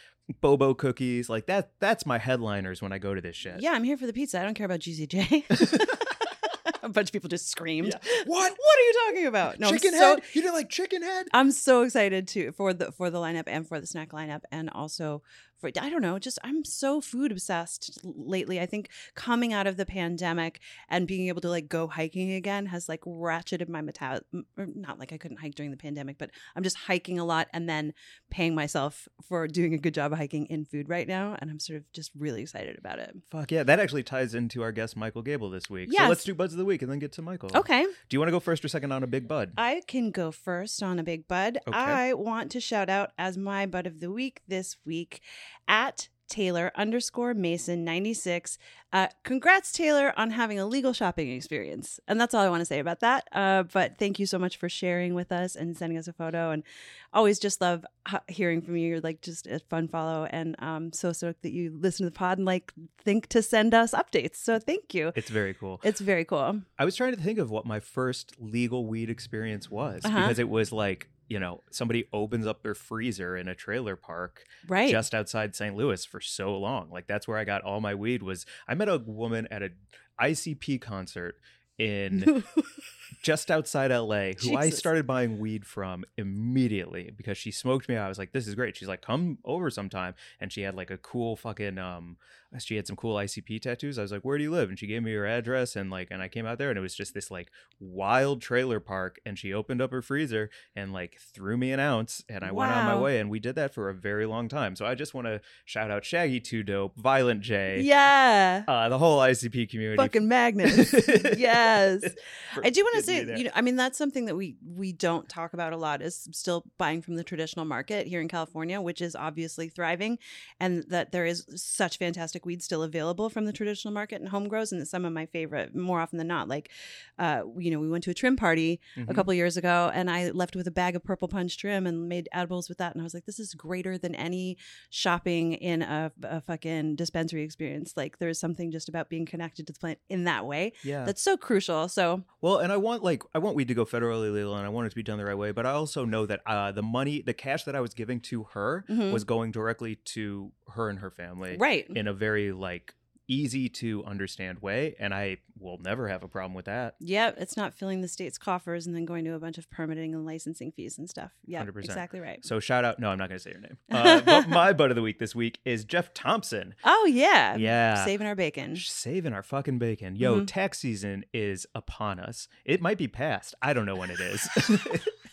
Speaker 2: bobo cookies. Like that that's my headliners when I go to this shit.
Speaker 3: Yeah, I'm here for the pizza. I don't care
Speaker 2: [laughs]
Speaker 3: about GCJ. [laughs] a bunch of people just screamed.
Speaker 1: What?
Speaker 3: What are you talking about? No,
Speaker 1: chicken
Speaker 3: I'm so
Speaker 1: head? You didn't like chicken head?
Speaker 3: I'm so excited to for the for the lineup and for the snack lineup and also for I don't know, just I'm so food obsessed lately. I think coming out of the pandemic and being able to like go hiking again has like ratcheted my metal not like I couldn't hike during the pandemic, but I'm just hiking a lot and then paying myself for doing a good job of hiking in food right now and I'm sort of just really excited about it.
Speaker 2: Fuck yeah, that actually ties into our guest Michael Gable this week. So
Speaker 3: Yes.
Speaker 2: let's do Buds of the Week and then get to Michael.
Speaker 3: Okay. Uh,
Speaker 2: Do you want to go first or second on a big bud?
Speaker 3: I can go first on a big bud.
Speaker 2: Okay.
Speaker 3: I want to shout out as my bud of the week this week at Taylor underscore Mason 96. Uh, congrats, Taylor, on having a legal shopping experience. And that's all I want to say about that. Uh, but thank you so much for sharing with us and sending us a photo. And always just love h- hearing from you. You're like just a fun follow. And um, so stoked that you listen to the pod and like think to send us updates. So thank you.
Speaker 2: It's very cool.
Speaker 3: It's very cool.
Speaker 2: I was trying to think of what my first legal weed experience was
Speaker 3: Uh-huh.
Speaker 2: because it was like, you know, somebody opens up their freezer in a trailer park
Speaker 3: Right.
Speaker 2: just outside St. Louis for so long. Like that's where I got all my weed was I met a woman at a ICP concert in
Speaker 3: [laughs]
Speaker 2: just outside LA who I
Speaker 3: Jesus.
Speaker 2: started buying weed from immediately because she smoked me. I was like, this is great. She's like, come over sometime. And she had like a cool fucking um she had some cool ICP tattoos. I was like, where do you live? And she gave me her address and like and I came out there and it was just this like wild trailer park and she opened up her freezer and like threw me an ounce and I went on my
Speaker 3: Wow.
Speaker 2: way and we did that for a very long time. So I just want to shout out Shaggy Two Dope, Violent J,
Speaker 3: yeah.
Speaker 2: uh, the whole ICP community.
Speaker 3: fucking magnets. yes.
Speaker 2: For
Speaker 3: I do want
Speaker 2: getting
Speaker 3: to
Speaker 2: me
Speaker 3: say,
Speaker 2: there.
Speaker 3: you know, I mean, that's something that we we don't talk about a lot is still buying from the traditional market here in California, which is obviously thriving, and that there is such fantastic weed still available from the traditional market and home grows, and it's some of my favorite more often than not. Like, uh, you know, we went to a trim party
Speaker 2: Mhm.
Speaker 3: a couple years ago and I left with a bag of purple punch trim and made edibles with that and I was like this is greater than any shopping in a, a fucking dispensary experience like there's something just about being connected to the plant in that way
Speaker 2: yeah.
Speaker 3: that's so crucial so
Speaker 2: Well, and I want like I want weed to go federally legal, and I want it to be done the right way. But I also know that uh, the money, the cash that I was giving to her,
Speaker 3: Mhm.
Speaker 2: was going directly to her and her family
Speaker 3: right
Speaker 2: in a very like easy to understand way, and I will never have a problem with that.
Speaker 3: yeah it's not filling the state's coffers and then going to a bunch of permitting and licensing fees and stuff yeah
Speaker 2: 100%.
Speaker 3: exactly right
Speaker 2: So shout out. No, I'm not going to say your name. Uh, but my butt of the week this week is Jeff Thompson.
Speaker 3: oh yeah
Speaker 2: Yeah.
Speaker 3: saving our bacon
Speaker 2: Saving our fucking bacon. Yo,
Speaker 3: Mhm.
Speaker 2: tax season is upon us. It might be past. I don't know when it is. [laughs]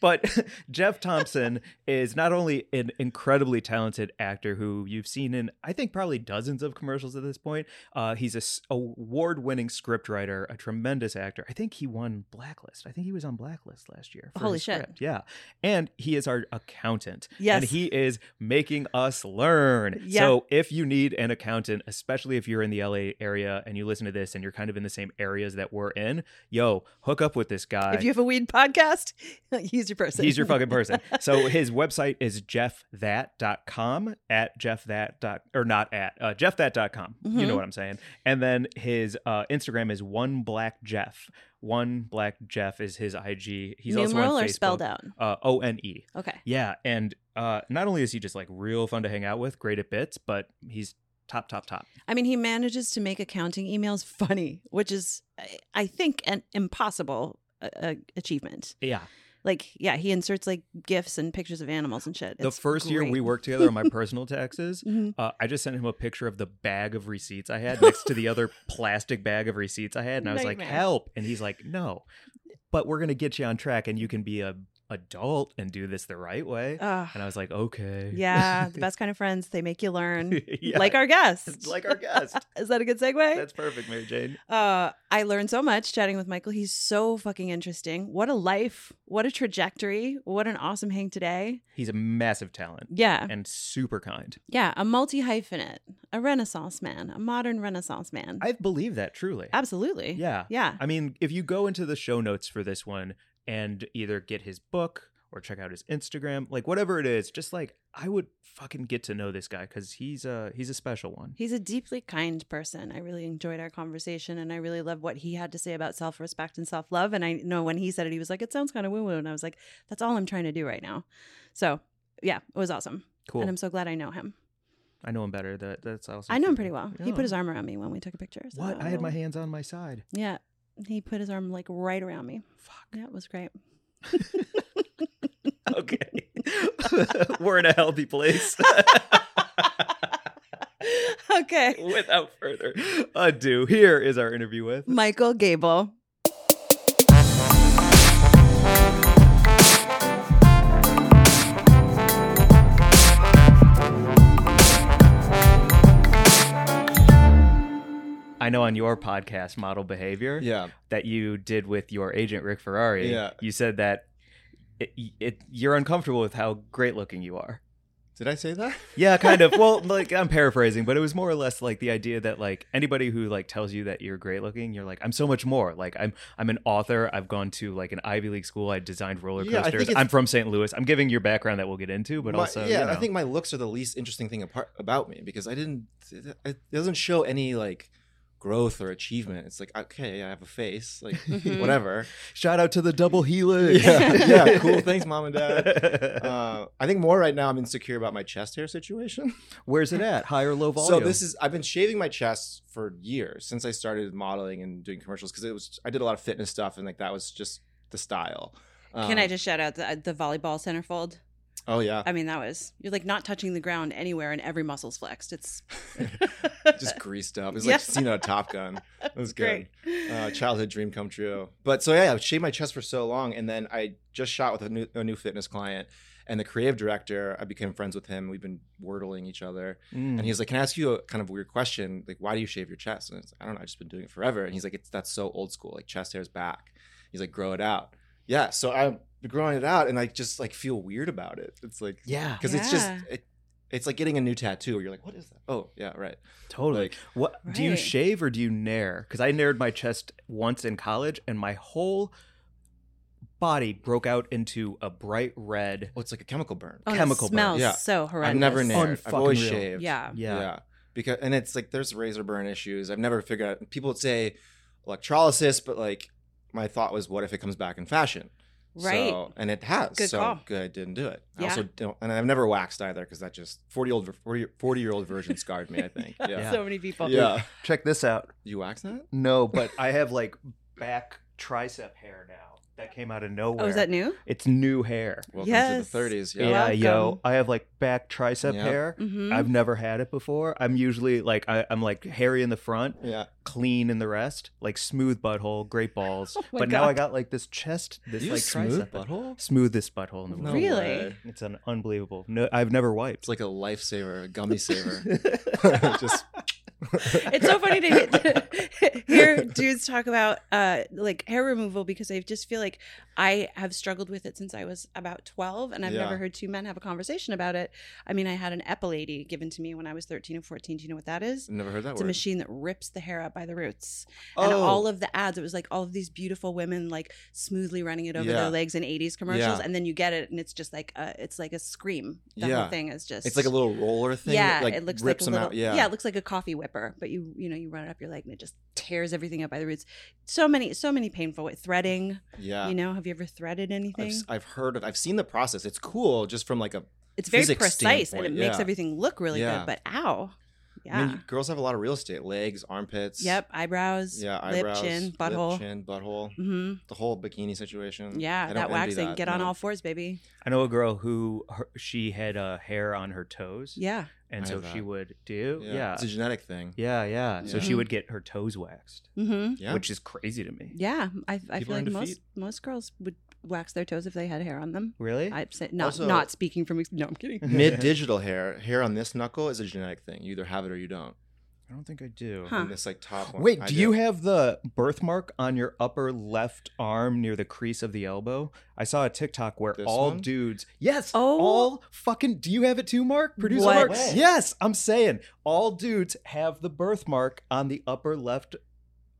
Speaker 2: but [laughs] Jeff Thompson is not only an incredibly talented actor who you've seen in, I think, probably dozens of commercials at this point. Uh, he's a s- award-winning scriptwriter, a tremendous actor. I think he won Blacklist. I think he was on Blacklist last year. for
Speaker 3: Holy
Speaker 2: his
Speaker 3: shit.
Speaker 2: script. Yeah, and he is our accountant.
Speaker 3: Yes.
Speaker 2: and he is making us learn.
Speaker 3: Yeah.
Speaker 2: So if you need an accountant, especially if you're in the LA area and you listen to this and you're kind of in the same areas that we're in, yo, hook up with this guy.
Speaker 3: if you have a weed podcast [laughs] He's your
Speaker 2: [laughs]
Speaker 3: person.
Speaker 2: He's your
Speaker 3: [laughs]
Speaker 2: fucking person. So his website is jeffthat.com at jeffthat. dot- or not at uh, jeffthat.com. You know
Speaker 3: Mhm.
Speaker 2: what I'm saying. And then his uh, Instagram is one black jeff. One black jeff is his IG. He's
Speaker 3: Numeral
Speaker 2: also on
Speaker 3: or
Speaker 2: Facebook.
Speaker 3: spelled out?
Speaker 2: Uh, o N E.
Speaker 3: Okay.
Speaker 2: Yeah, and uh, not only is he just like real fun to hang out with, great at bits, but he's top, top, top.
Speaker 3: I mean, he manages to make accounting emails funny, which is, I- I think, an impossible uh, uh, achievement.
Speaker 2: Yeah.
Speaker 3: Like, yeah, he inserts like gifs and pictures of animals and shit.
Speaker 2: the
Speaker 3: It's
Speaker 2: first year
Speaker 3: great.
Speaker 2: we worked together on my personal
Speaker 3: [laughs]
Speaker 2: taxes,
Speaker 3: Mhm.
Speaker 2: uh, I just sent him a picture of the bag of receipts I had next to the
Speaker 3: [laughs]
Speaker 2: other plastic bag of receipts I had, and I was like,
Speaker 3: Nightmare.
Speaker 2: "Help!" And he's like, "No, but we're gonna get you on track, and you can be a adult and do this the right way." [laughs]
Speaker 3: Ugh.
Speaker 2: and I was like, "Okay,
Speaker 3: Uh, yeah, the best kind of friends. They make you learn.
Speaker 2: [laughs] Yeah.
Speaker 3: [laughs] Like our
Speaker 2: [laughs]
Speaker 3: guest.
Speaker 2: like our
Speaker 3: [laughs]
Speaker 2: guest."
Speaker 3: is that a good segue?
Speaker 2: That's perfect, Mary Jane.
Speaker 3: Uh, I learned so much chatting with Michael. He's so fucking interesting. What a life. What a trajectory. What an awesome hang today.
Speaker 2: He's a massive talent
Speaker 3: Yeah.
Speaker 2: and super kind.
Speaker 3: Yeah. A multi hyphenate, a renaissance man, a modern renaissance man.
Speaker 2: I believe that truly.
Speaker 3: Absolutely.
Speaker 2: yeah,
Speaker 3: Yeah.
Speaker 2: I mean, if you go into the show notes for this one and either get his book or check out his Instagram, like whatever it is, just like I would fucking get to know this guy because he's a he's a special one.
Speaker 3: He's a deeply kind person. I really enjoyed our conversation and I really love what he had to say about self respect and self love. And I know when he said it, he was like, it sounds kind of woo woo. And I was like, that's all I'm trying to do right now. So, yeah, it was awesome.
Speaker 2: Cool.
Speaker 3: And I'm so glad I know him.
Speaker 2: I know him better. That that's also
Speaker 3: I know him
Speaker 2: true.
Speaker 3: pretty well. He
Speaker 2: Yeah.
Speaker 3: put his arm around me when we took a picture. so
Speaker 2: What? I had my
Speaker 3: we'll-
Speaker 2: hands on my
Speaker 3: [laughs]
Speaker 2: side.
Speaker 3: Yeah. He put his arm like right around me.
Speaker 2: Fuck.
Speaker 3: That was great.
Speaker 2: Okay. [laughs] We're in a healthy
Speaker 3: [laughs]
Speaker 2: place.
Speaker 3: okay.
Speaker 2: [laughs] Without further ado, here is our interview with
Speaker 3: Michael Gable.
Speaker 2: I know on your podcast, Model Behavior.
Speaker 4: Yeah.
Speaker 2: that you did with your agent Rick Ferrari.
Speaker 4: Yeah.
Speaker 2: You said that it, it you're uncomfortable with how great looking you are.
Speaker 4: Did I say that?
Speaker 2: Yeah, kind of. [laughs] well, like I'm paraphrasing, but it was more or less like the idea that like anybody who like tells you that you're great looking, you're like I'm so much more. Like I'm I'm an author. I've gone to like an Ivy League school. I designed roller
Speaker 4: Yeah, I think
Speaker 2: coasters.
Speaker 4: it's-
Speaker 2: I'm from St. Louis. I'm giving your background that we'll get into, but
Speaker 4: My-
Speaker 2: also
Speaker 4: yeah,
Speaker 2: you know.
Speaker 4: I think my looks are the least interesting thing apart about me because I didn't. It doesn't show any like growth or achievement. It's like okay, I have a face,
Speaker 3: [laughs]
Speaker 4: like
Speaker 3: Mhm.
Speaker 4: whatever.
Speaker 2: shout out to the [laughs] double helix.
Speaker 4: Yeah,
Speaker 2: [laughs]
Speaker 3: [laughs]
Speaker 4: yeah, cool. Thanks, mom and dad. Uh, I think more right now I'm insecure about my chest hair situation.
Speaker 2: [laughs] Where's it at? High or low volume?
Speaker 4: So this is I've been shaving my chest for years since I started modeling and doing commercials because it was I did a lot of fitness stuff and like that was just the style.
Speaker 3: Can
Speaker 4: Um,
Speaker 3: I just shout out the, the volleyball centerfold? [laughs]
Speaker 4: Oh yeah,
Speaker 3: I mean, that was, you're like not touching the ground anywhere and every muscle's flexed. It's [laughs]
Speaker 4: just greased up. It's
Speaker 3: Yeah.
Speaker 4: like seen on
Speaker 3: [laughs]
Speaker 4: Top Gun. It was good.
Speaker 3: great.
Speaker 4: uh, childhood dream come true. But so yeah, I shaved my chest for so long, and then I just shot with a new, a new fitness client, and the creative director. I became friends with him. We've been wordling each other,
Speaker 2: Mm.
Speaker 4: and he's like, "Can I ask you a kind of weird question? Like, why do you shave your chest?" And I, was like, I don't know. I've just been doing it forever. And he's like, "It's that's so old school. Like chest hair's back." He's like, "Grow it out." Yeah. So I'm growing it out, and I just like feel weird about it. It's like
Speaker 2: yeah,
Speaker 4: because it's just
Speaker 3: Yeah.
Speaker 4: it, it's like getting a new tattoo. You're like, "What is that?" Oh yeah, right.
Speaker 2: Totally.
Speaker 4: Like-
Speaker 2: what do you
Speaker 3: Right.
Speaker 2: shave or do you nair? Because I nared my chest once in college, and my whole body broke out into a bright red.
Speaker 4: Oh, it's like a chemical burn.
Speaker 3: Oh, and it
Speaker 2: chemical burn.
Speaker 3: smells
Speaker 4: Yeah.
Speaker 3: so horrendous.
Speaker 4: I've never nared. I've
Speaker 2: Unfucking
Speaker 4: always
Speaker 2: real.
Speaker 4: shaved.
Speaker 3: Yeah.
Speaker 2: Yeah.
Speaker 4: Because and it's like there's razor burn issues. I've never figured out. People would say electrolysis, but like my thought was, what if it comes back in fashion?
Speaker 3: Right.
Speaker 4: So, and it has.
Speaker 3: Good
Speaker 4: so
Speaker 3: call.
Speaker 4: good. Didn't do it. I
Speaker 3: Yeah.
Speaker 4: also don't. And I've never waxed either because that just 40 old 40, 40 year old version scarred me.
Speaker 3: [laughs]
Speaker 4: I think. Yeah.
Speaker 3: So many people.
Speaker 4: Yeah.
Speaker 2: Check this out.
Speaker 4: You wax that?
Speaker 2: No, but I have like back tricep hair now that came out of nowhere.
Speaker 3: Oh, is that new?
Speaker 2: It's new hair.
Speaker 4: Welcome
Speaker 3: Yes.
Speaker 4: to the 30s.
Speaker 2: Yeah,
Speaker 4: Yeah.
Speaker 2: yo,
Speaker 3: Welcome.
Speaker 2: I have like back tricep
Speaker 4: Yeah.
Speaker 2: hair.
Speaker 3: Mm-hmm.
Speaker 2: I've never had it before. I'm usually like I, I'm like hairy in the front,
Speaker 4: Yeah.
Speaker 2: clean in the rest, like smooth butthole, great
Speaker 3: [laughs]
Speaker 2: balls.
Speaker 3: Oh my
Speaker 2: but now I
Speaker 3: God.
Speaker 2: got like this chest, this
Speaker 4: You
Speaker 2: like
Speaker 4: smooth
Speaker 2: tricep.
Speaker 4: butthole.
Speaker 2: smoothest butthole in the
Speaker 4: No
Speaker 2: world.
Speaker 3: Really?
Speaker 4: way.
Speaker 2: It's an unbelievable. No, I've never wiped. [laughs]
Speaker 4: It's like a lifesaver, a gummy saver. [laughs] Just
Speaker 3: It's so funny to [laughs] hear dudes talk about uh, like hair removal because I just feel like I have struggled with it since I was about 12 and I've
Speaker 4: Yeah.
Speaker 3: never heard two men have a conversation about it. I mean, I had an epilady given to me when I was 13 or 14. Do you know what that is?
Speaker 4: Never heard that
Speaker 3: It's a
Speaker 4: word.
Speaker 3: machine that rips the hair out by the roots.
Speaker 4: Oh,
Speaker 3: and all of the ads it was like all of these beautiful women like smoothly running it over
Speaker 4: Yeah.
Speaker 3: their legs in 80s commercials
Speaker 4: Yeah.
Speaker 3: and then you get it and it's just like a, it's like a scream the
Speaker 4: Yeah.
Speaker 3: whole thing is just
Speaker 4: it's like a little roller thing.
Speaker 3: yeah
Speaker 4: that, like,
Speaker 3: it looks
Speaker 4: rips
Speaker 3: like a
Speaker 4: them
Speaker 3: little
Speaker 4: out. Yeah.
Speaker 3: yeah it looks like a coffee whipper but you you know you run it up your leg and it just tears everything up by the roots so many so many painful threading
Speaker 4: yeah.
Speaker 3: you know have you ever threaded
Speaker 4: I've,
Speaker 3: anything
Speaker 4: s- I've heard of. I've seen the process. It's cool, just from like a.
Speaker 3: it's very
Speaker 4: physics
Speaker 3: precise and it
Speaker 4: standpoint,
Speaker 3: makes
Speaker 4: yeah.
Speaker 3: everything look really
Speaker 4: Yeah.
Speaker 3: good but ow
Speaker 4: I
Speaker 3: yeah
Speaker 4: mean, girls have a lot of real estate: legs, armpits.
Speaker 3: yep eyebrows
Speaker 4: Yeah, eyebrows,
Speaker 3: lip chin butthole
Speaker 4: lip, chin, butthole.
Speaker 3: hmm
Speaker 4: The whole bikini situation. I
Speaker 3: yeah
Speaker 4: don't
Speaker 3: that
Speaker 4: envy
Speaker 3: waxing
Speaker 4: that,
Speaker 3: get on
Speaker 4: no.
Speaker 3: all fours baby
Speaker 2: I know a girl who her, she had uh, hair on her toes,
Speaker 3: yeah
Speaker 2: and
Speaker 4: I
Speaker 2: so
Speaker 4: have
Speaker 2: she
Speaker 4: that.
Speaker 2: would do,
Speaker 4: Yeah.
Speaker 2: yeah,
Speaker 4: It's a genetic thing.
Speaker 2: yeah, yeah. So
Speaker 4: Yeah.
Speaker 2: she would get her toes waxed,
Speaker 3: hmm
Speaker 4: Yeah.
Speaker 2: which
Speaker 4: [laughs]
Speaker 2: is crazy to me.
Speaker 3: Yeah, I, I
Speaker 4: People
Speaker 3: feel
Speaker 4: are
Speaker 3: like
Speaker 4: into
Speaker 3: most
Speaker 4: feet.
Speaker 3: most girls would wax their toes if they had hair on them.
Speaker 2: Really?
Speaker 3: I'm saying not
Speaker 4: Also-
Speaker 3: not speaking from ex- no, I'm
Speaker 4: [laughs]
Speaker 3: kidding.
Speaker 4: Mid digital hair, hair on this knuckle is a genetic thing. You either have it or you don't.
Speaker 2: I don't think I do.
Speaker 3: Huh.
Speaker 4: And this like top one.
Speaker 2: Wait,
Speaker 4: I
Speaker 2: do you have the birthmark on your upper left arm near the crease of the elbow? I saw a TikTok where
Speaker 4: This
Speaker 2: all
Speaker 4: one?
Speaker 2: dudes, yes,
Speaker 3: Oh.
Speaker 2: all fucking. Do you have it too, Mark? Producer
Speaker 3: What?
Speaker 2: Mark,
Speaker 4: Way.
Speaker 2: yes. I'm saying all dudes have the birthmark on the upper left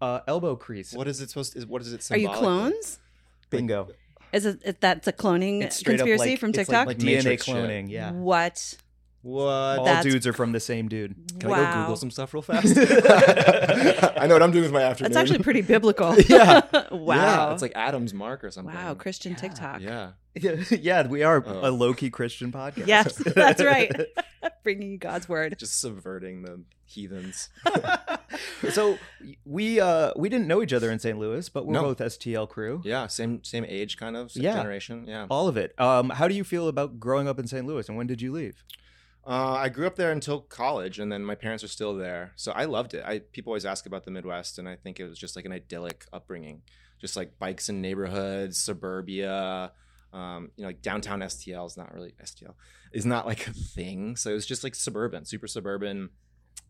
Speaker 2: uh, elbow crease.
Speaker 4: What is it supposed? To, is what is it?
Speaker 3: Are you
Speaker 4: symbolic of?
Speaker 3: clones?
Speaker 2: Bingo!
Speaker 3: Is it is- that's a cloning
Speaker 2: It's straight up
Speaker 3: conspiracy
Speaker 2: like-
Speaker 3: from
Speaker 2: it's like-
Speaker 3: TikTok?
Speaker 2: like,
Speaker 4: Like
Speaker 2: DNA
Speaker 4: Matrix shit.
Speaker 2: cloning. Yeah,
Speaker 3: what?
Speaker 4: What?
Speaker 2: all
Speaker 3: That's-
Speaker 2: dudes are from the same dude. [laughs]
Speaker 4: Can
Speaker 3: wow.
Speaker 4: I go Google some stuff real [laughs] fast? I know what I'm doing with my afternoon.
Speaker 3: That's actually pretty biblical.
Speaker 4: [laughs]
Speaker 3: [laughs]
Speaker 4: Yeah.
Speaker 3: wow.
Speaker 4: Yeah, it's like Adam's mark or something.
Speaker 3: wow, Christian
Speaker 2: Yeah.
Speaker 3: TikTok.
Speaker 4: Yeah.
Speaker 2: yeah, we are
Speaker 4: Oh.
Speaker 2: a low key Christian podcast.
Speaker 3: Yes, that's
Speaker 2: [laughs]
Speaker 3: right. Bringing you God's
Speaker 4: [laughs]
Speaker 3: word.
Speaker 4: Just subverting the heathens.
Speaker 2: [laughs] so we uh we didn't know each other in St. Louis, but we're
Speaker 4: No.
Speaker 2: both STL crew.
Speaker 4: Yeah, same same age kind of, same
Speaker 2: Yeah.
Speaker 4: generation. Yeah.
Speaker 2: All of it. Um, how do you feel about growing up in St. Louis, and when did you leave?
Speaker 4: Uh, I grew up there until college, and then my parents are still there, so I loved it. I people always ask about the Midwest, and I think it was just like an idyllic upbringing, just like bikes and neighborhoods, suburbia. Um, you know, like downtown STL is not really STL is not like a thing, so it was just like suburban, super suburban.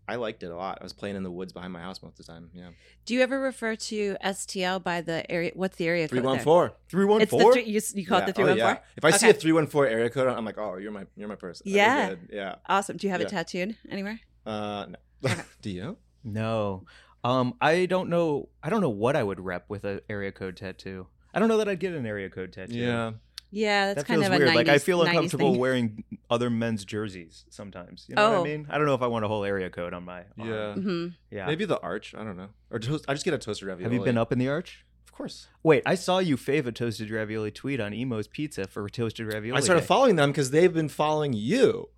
Speaker 4: I liked it a lot. I was playing in the woods behind my house most of the time. Yeah,
Speaker 3: Do you ever refer to STL by the area? What's the area code?
Speaker 4: three
Speaker 3: there?
Speaker 4: one four, three one
Speaker 3: It's the
Speaker 4: four.
Speaker 3: three, you, s- you call it the three
Speaker 4: oh,
Speaker 3: one four.
Speaker 4: yeah. If I see a
Speaker 3: Okay.
Speaker 4: three one four area code, I'm like, oh, you're my you're my person. We're
Speaker 3: Yeah.
Speaker 4: good. yeah.
Speaker 3: Awesome. Do you have
Speaker 4: Yeah.
Speaker 3: it tattooed anywhere? [laughs]
Speaker 4: Uh, no. [laughs] Do you?
Speaker 2: No. Um, I don't know. I don't know what I would rep with an area code tattoo. I don't know that I'd get an area code tattoo.
Speaker 3: Yeah, that's
Speaker 2: that
Speaker 3: kind
Speaker 2: feels
Speaker 3: of a
Speaker 2: weird.
Speaker 3: 90s,
Speaker 2: like I feel
Speaker 3: 90s
Speaker 2: uncomfortable
Speaker 3: thing. [laughs]
Speaker 2: wearing other men's jerseys sometimes. You know what I
Speaker 3: Oh.
Speaker 2: mean? I don't know if I want a whole area code on my. arm.
Speaker 4: Yeah.
Speaker 3: hmm
Speaker 2: Yeah.
Speaker 4: Maybe the arch. I don't know. Or toast, I just get a toaster ravioli.
Speaker 2: Have you been up in the arch?
Speaker 4: Of course.
Speaker 2: Wait, I saw you fave a toasted ravioli tweet on Emo's Pizza for toasted ravioli.
Speaker 4: I started
Speaker 2: day.
Speaker 4: following them because they've been following you,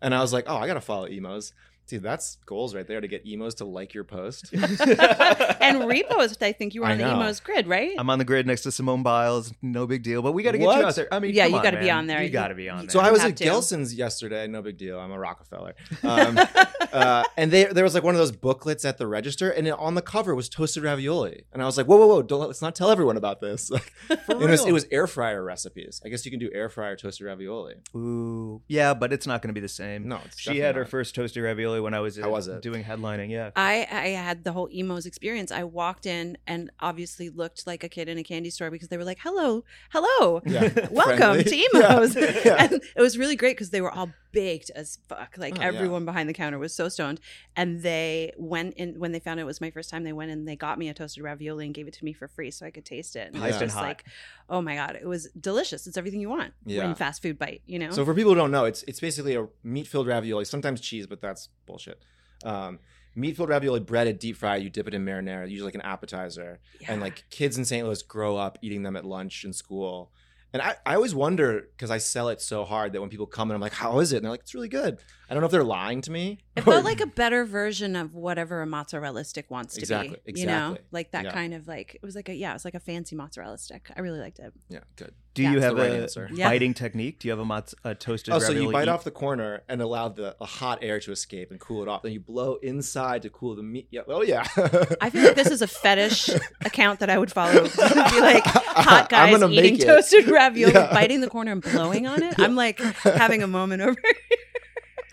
Speaker 4: and I was like, oh, I gotta follow emos. Dude, that's goals right there to get emos to like your
Speaker 2: [laughs]
Speaker 4: post. [laughs]
Speaker 3: and repost. I think you were
Speaker 4: I
Speaker 3: on the
Speaker 4: know.
Speaker 3: emos grid, right?
Speaker 2: I'm on the grid next to Simone Biles. No big deal, but we got to get
Speaker 4: What?
Speaker 2: you out there. I mean,
Speaker 3: Yeah,
Speaker 2: come
Speaker 3: you
Speaker 2: on,
Speaker 3: gotta be
Speaker 2: man.
Speaker 3: on there.
Speaker 2: You
Speaker 3: You-
Speaker 2: got to be on there.
Speaker 4: so I was
Speaker 3: have
Speaker 4: at
Speaker 3: to.
Speaker 4: Gelson's yesterday. No big deal. I'm a Rockefeller. Um,
Speaker 3: [laughs]
Speaker 4: uh, and they, there was like one of those booklets at the register, and it, on the cover was toasted ravioli. And I was like, whoa, whoa, whoa! Don't, let's not tell everyone about this. [laughs] Like,
Speaker 2: For
Speaker 4: it was
Speaker 2: real.
Speaker 4: it was air fryer recipes. I guess you can do air fryer toasted ravioli.
Speaker 2: Ooh, yeah, but it's not going to be the same.
Speaker 4: No, it's
Speaker 2: she had her
Speaker 4: definitely not.
Speaker 2: first toasted ravioli when I was,
Speaker 4: How was it?
Speaker 2: doing headlining. Yeah,
Speaker 3: I, I had the whole emos experience. I walked in and obviously looked like a kid in a candy store because they were like, "Hello,
Speaker 4: [laughs]
Speaker 3: hello,
Speaker 2: [laughs]
Speaker 4: Yeah. [laughs]
Speaker 3: welcome
Speaker 4: Friendly.
Speaker 3: to
Speaker 4: Yeah.
Speaker 3: emos."
Speaker 4: [laughs] Yeah.
Speaker 3: [laughs] And it was really great because they were all baked as fuck. Like
Speaker 4: Oh, yeah.
Speaker 3: everyone behind the counter was so stoned. And they went in when they found it was my first time. They went and they got me a toasted ravioli and gave it to me for free so I could taste it. And it was
Speaker 4: Piped
Speaker 2: and
Speaker 3: just
Speaker 2: hot.
Speaker 3: like, oh my god, it was delicious. It's everything you want
Speaker 4: Yeah.
Speaker 3: in fast food bite. You know.
Speaker 4: So for people who don't know, it's it's basically a meat-filled ravioli, sometimes cheese, but that's bullshit. Um, meat-filled ravioli breaded, deep fried. You dip it in marinara, usually like an appetizer. And
Speaker 3: Yeah.
Speaker 4: like kids in St. Louis grow up eating them at lunch in school. And I, I always wonder because I sell it so hard that when people come and I'm like, how is it? And they're like, it's really good. I don't know if they're lying to me.
Speaker 3: It
Speaker 4: [laughs]
Speaker 3: felt like a better version of whatever a mozzarella stick wants to
Speaker 4: Exactly,
Speaker 3: be. You know,
Speaker 4: exactly.
Speaker 3: like that
Speaker 4: Yeah.
Speaker 3: kind of like it was like a yeah, it was like a fancy mozzarella stick. I really liked it.
Speaker 4: yeah, good.
Speaker 2: do
Speaker 3: That's
Speaker 2: you
Speaker 4: the
Speaker 2: have
Speaker 4: right
Speaker 2: a
Speaker 4: answer.
Speaker 3: Yeah.
Speaker 2: biting technique? Do you have a, mozz- a toasted?
Speaker 4: Oh, so you
Speaker 2: ravioli
Speaker 4: bite
Speaker 2: eat-
Speaker 4: off the corner and allow the, the hot air to escape and cool it off. Then you blow inside to cool the meat. Yeah. Oh yeah. [laughs]
Speaker 3: I feel like this is a fetish account that I would follow. [laughs] It'd be like hot
Speaker 4: [laughs] I'm
Speaker 3: guys
Speaker 4: gonna make
Speaker 3: eating
Speaker 4: it.
Speaker 3: toasted ravioli,
Speaker 4: Yeah. [laughs]
Speaker 3: biting the corner and blowing on it.
Speaker 4: Yeah.
Speaker 3: I'm like having a moment over.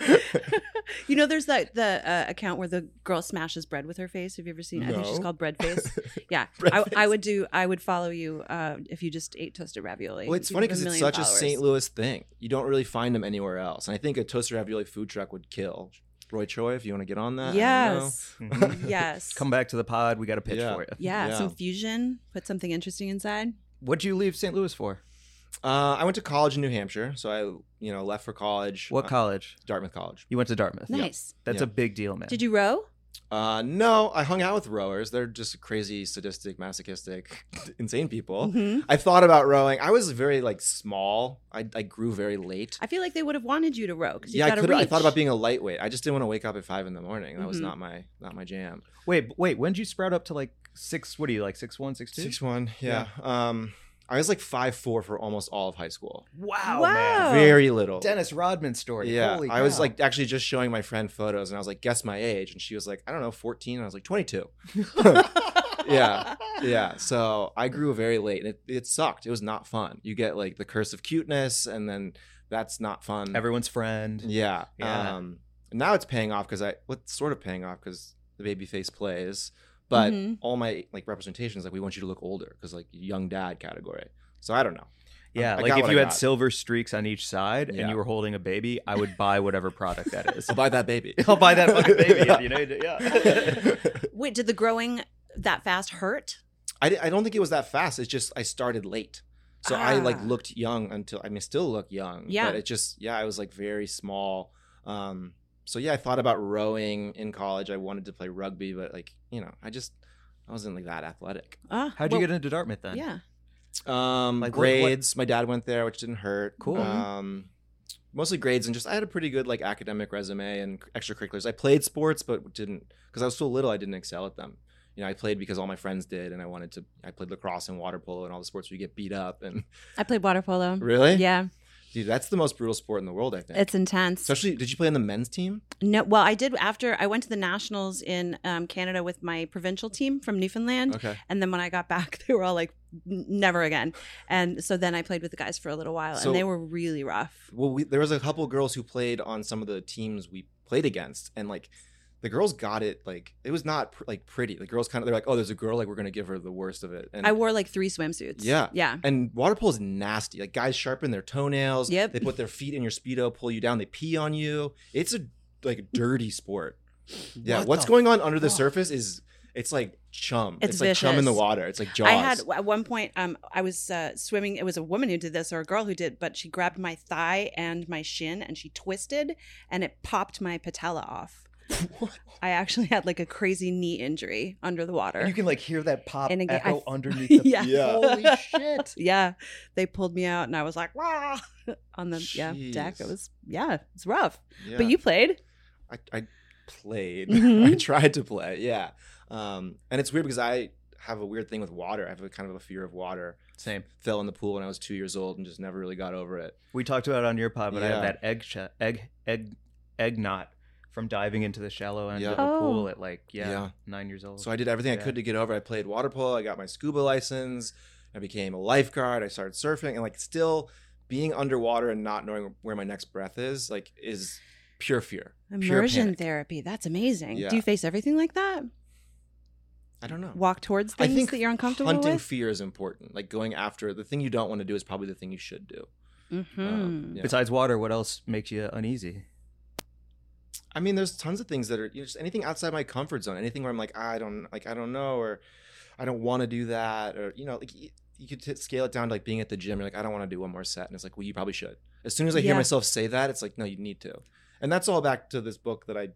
Speaker 3: here. [laughs] You know, there's that the uh, account where the girl smashes bread with her face. Have you ever seen? it? I think she's
Speaker 4: No.
Speaker 3: called Bread
Speaker 4: [laughs]
Speaker 3: Face. Yeah,
Speaker 4: Bread
Speaker 3: I, I
Speaker 4: face.
Speaker 3: would do. I would follow you uh, if you just ate toasted ravioli.
Speaker 4: Well, it's
Speaker 3: You'd
Speaker 4: funny
Speaker 3: have a
Speaker 4: because it's
Speaker 3: million
Speaker 4: such a
Speaker 3: followers.
Speaker 4: St. Louis thing. You don't really find them anywhere else. And I think a toaster ravioli food truck would kill. Roy Choi, if you want to get on that. I don't know.
Speaker 3: Yes,
Speaker 4: [laughs]
Speaker 2: Mhm.
Speaker 3: yes,
Speaker 5: Come back to the pod. We got a pitch
Speaker 4: Yeah.
Speaker 5: for you.
Speaker 3: yeah,
Speaker 4: Yeah.
Speaker 3: Some fusion. Put something interesting inside.
Speaker 5: What'd you leave St. Louis for?
Speaker 4: Uh, I went to college in New Hampshire, so I you know left for college.
Speaker 5: What
Speaker 4: Uh,
Speaker 5: college?
Speaker 4: Dartmouth College.
Speaker 5: You went to Dartmouth.
Speaker 3: Nice.
Speaker 5: That's
Speaker 4: Yeah.
Speaker 5: a big deal, man.
Speaker 3: Did you row?
Speaker 4: Uh, no, I hung out with rowers. They're just crazy, sadistic, masochistic, [laughs] insane
Speaker 3: [laughs]
Speaker 4: people.
Speaker 3: hmm
Speaker 4: I thought about rowing. I was very like small. I, I grew very late.
Speaker 3: I feel like they would have wanted you to row because
Speaker 4: yeah,
Speaker 3: you
Speaker 4: I
Speaker 3: got
Speaker 4: could. I thought about being a lightweight. I just didn't want to wake up at five in the morning. That was
Speaker 3: Mhm.
Speaker 4: not my not my jam.
Speaker 5: Wait, b- wait. When did you sprout up to like six? What are you like six one, six two?
Speaker 4: Six one. Yeah. Um, I was like five four for almost all of high school.
Speaker 5: Wow,
Speaker 3: Wow.
Speaker 5: man.
Speaker 3: Oh.
Speaker 4: Very little.
Speaker 5: Dennis Rodman story.
Speaker 4: Yeah,
Speaker 5: Holy
Speaker 4: I was
Speaker 5: cow.
Speaker 4: like actually just showing my friend photos, and I was like, "Guess my age," and she was like, "I don't know, 14." And I was
Speaker 5: [laughs]
Speaker 4: like, "22." yeah, yeah. So I grew very late, and it, it sucked. It was not fun. You get like the curse of cuteness, and then that's not fun.
Speaker 5: everyone's friend.
Speaker 4: Mm. yeah,
Speaker 5: Yeah.
Speaker 4: Um, and now it's paying off because I what's sort of paying off because the baby face plays, but
Speaker 5: Mm-hmm.
Speaker 3: Mhm.
Speaker 4: all my like representations like we want you to look older because like young dad category. So I
Speaker 5: [laughs]
Speaker 4: don't know.
Speaker 5: Yeah,
Speaker 4: I got
Speaker 5: like if
Speaker 4: what
Speaker 5: you
Speaker 4: I
Speaker 5: had
Speaker 4: got.
Speaker 5: silver streaks on each side and
Speaker 4: Yeah.
Speaker 5: you were holding a baby, I would buy whatever product that is.
Speaker 4: [laughs] I'll buy that baby.
Speaker 5: I'll buy that fucking
Speaker 4: [laughs]
Speaker 5: baby. [laughs] You know, yeah. [laughs]
Speaker 3: Wait, did the growing that fast hurt?
Speaker 4: I, di- I don't think it was that fast. It's just I started late. So I like
Speaker 3: Ah.
Speaker 4: looked young until I mean still look young.
Speaker 3: Yeah.
Speaker 4: But it just yeah, I was like very small. Um so yeah, I thought about rowing in college. I wanted to play rugby, but like, you know, I just I wasn't like that athletic.
Speaker 3: Ah,
Speaker 5: How'd
Speaker 3: well,
Speaker 5: you get into Dartmouth then?
Speaker 3: Yeah.
Speaker 4: Um
Speaker 5: Like, what- what-
Speaker 4: grades. My dad went there, which didn't hurt.
Speaker 5: Cool.
Speaker 4: Um mostly grades and just I had a pretty good like academic resume and extracurriculars. I played sports but didn't because I was so little I didn't excel at them. You know, I played because all my friends did and I wanted to I played lacrosse and water polo and all the sports where you get beat
Speaker 5: [laughs]
Speaker 4: up and
Speaker 3: I played water polo.
Speaker 4: Really?
Speaker 3: Yeah,
Speaker 4: Dude, that's the most brutal sport in the world, I think.
Speaker 3: it's intense.
Speaker 4: Especially, did you play on the men's team?
Speaker 3: No, well, I did after I went to the nationals in um, Canada with my provincial team from Newfoundland,
Speaker 4: Okay.
Speaker 3: and then when I got back, [laughs] they were all like, "N- "Never again." And so then I played with the guys for a little while,
Speaker 4: So-
Speaker 3: and they were really rough.
Speaker 4: Well, we, there was a couple girls who played on some of the teams we played against, and like the girls got it. Like it was not pr- like pretty. The girls kind of they're like, oh, there's a girl. Like we're gonna give her the worst of it. And
Speaker 3: I wore like three swimsuits.
Speaker 4: Yeah.
Speaker 3: yeah,
Speaker 4: and water polo is nasty. Like guys sharpen their toenails.
Speaker 3: Yep.
Speaker 4: They put their feet in your speedo, pull you down. They pee on you. It's a like dirty
Speaker 3: [laughs]
Speaker 4: sport. Yeah.
Speaker 5: What
Speaker 4: What's
Speaker 5: the
Speaker 4: going on under the
Speaker 5: fuck?
Speaker 4: surface is it's like chum.
Speaker 3: It's
Speaker 4: like chum in the
Speaker 3: vicious.
Speaker 4: water. It's like jaws.
Speaker 3: I had
Speaker 4: [laughs]
Speaker 3: at one point. Um, I was uh, swimming. It was a woman who did this, or a girl who did, but she grabbed my thigh and my shin, and she twisted, and it popped my patella off. I actually had like a crazy knee injury under the water.
Speaker 5: And you can like hear that pop
Speaker 3: And again,
Speaker 5: echo
Speaker 3: I-
Speaker 5: underneath the
Speaker 3: [laughs] yeah.
Speaker 5: Holy shit.
Speaker 3: yeah they pulled me out and i was like Wah! [laughs] on the yeah deck it
Speaker 4: Jeez.
Speaker 3: was yeah it's rough
Speaker 4: Yeah.
Speaker 3: but you played
Speaker 4: I, I played. [laughs]
Speaker 3: Mhm.
Speaker 4: I tried to play. Yeah. Um, and it's weird because I have a weird thing with water. I have a kind of a fear of water.
Speaker 5: Same.
Speaker 4: Fell in the pool when I was two years old and just never really got over it.
Speaker 5: We talked about it on your pod, but I
Speaker 4: Yeah.
Speaker 5: have that egg sh- egg egg egg knot from diving into the shallow end
Speaker 4: Yeah.
Speaker 5: of the
Speaker 3: Oh.
Speaker 5: pool at like yeah,
Speaker 4: Yeah.
Speaker 5: nine years old.
Speaker 4: So I did everything I
Speaker 5: Yeah.
Speaker 4: could to get over. it. I played water polo. I got my scuba license. I became a lifeguard. I started surfing and like still being underwater and not knowing where my next breath is like is pure fear. Pure
Speaker 3: immersion
Speaker 4: panic.
Speaker 3: therapy that's amazing
Speaker 4: Yeah.
Speaker 3: do you face everything like that
Speaker 4: I don't know.
Speaker 3: walk towards
Speaker 4: I
Speaker 3: things
Speaker 4: think
Speaker 3: that you're uncomfortable
Speaker 4: hunting
Speaker 3: with
Speaker 4: fear is important. Like going after the thing you don't want to do is probably the thing you should do.
Speaker 3: mm-hmm.
Speaker 4: Um, yeah.
Speaker 5: Besides water, what else makes you uneasy?
Speaker 4: I mean, there's tons of things that are you know, just anything outside my comfort zone, anything where I'm like, I don't like, I don't know, or I don't want to do that, or you know, like y- you could t- scale it down to like being at the gym. You're like, I don't want to do one more set, and it's like, well, you probably should. As soon as I hear
Speaker 3: Yeah.
Speaker 4: myself say that, it's like, no, you need to. And that's all back to this book that I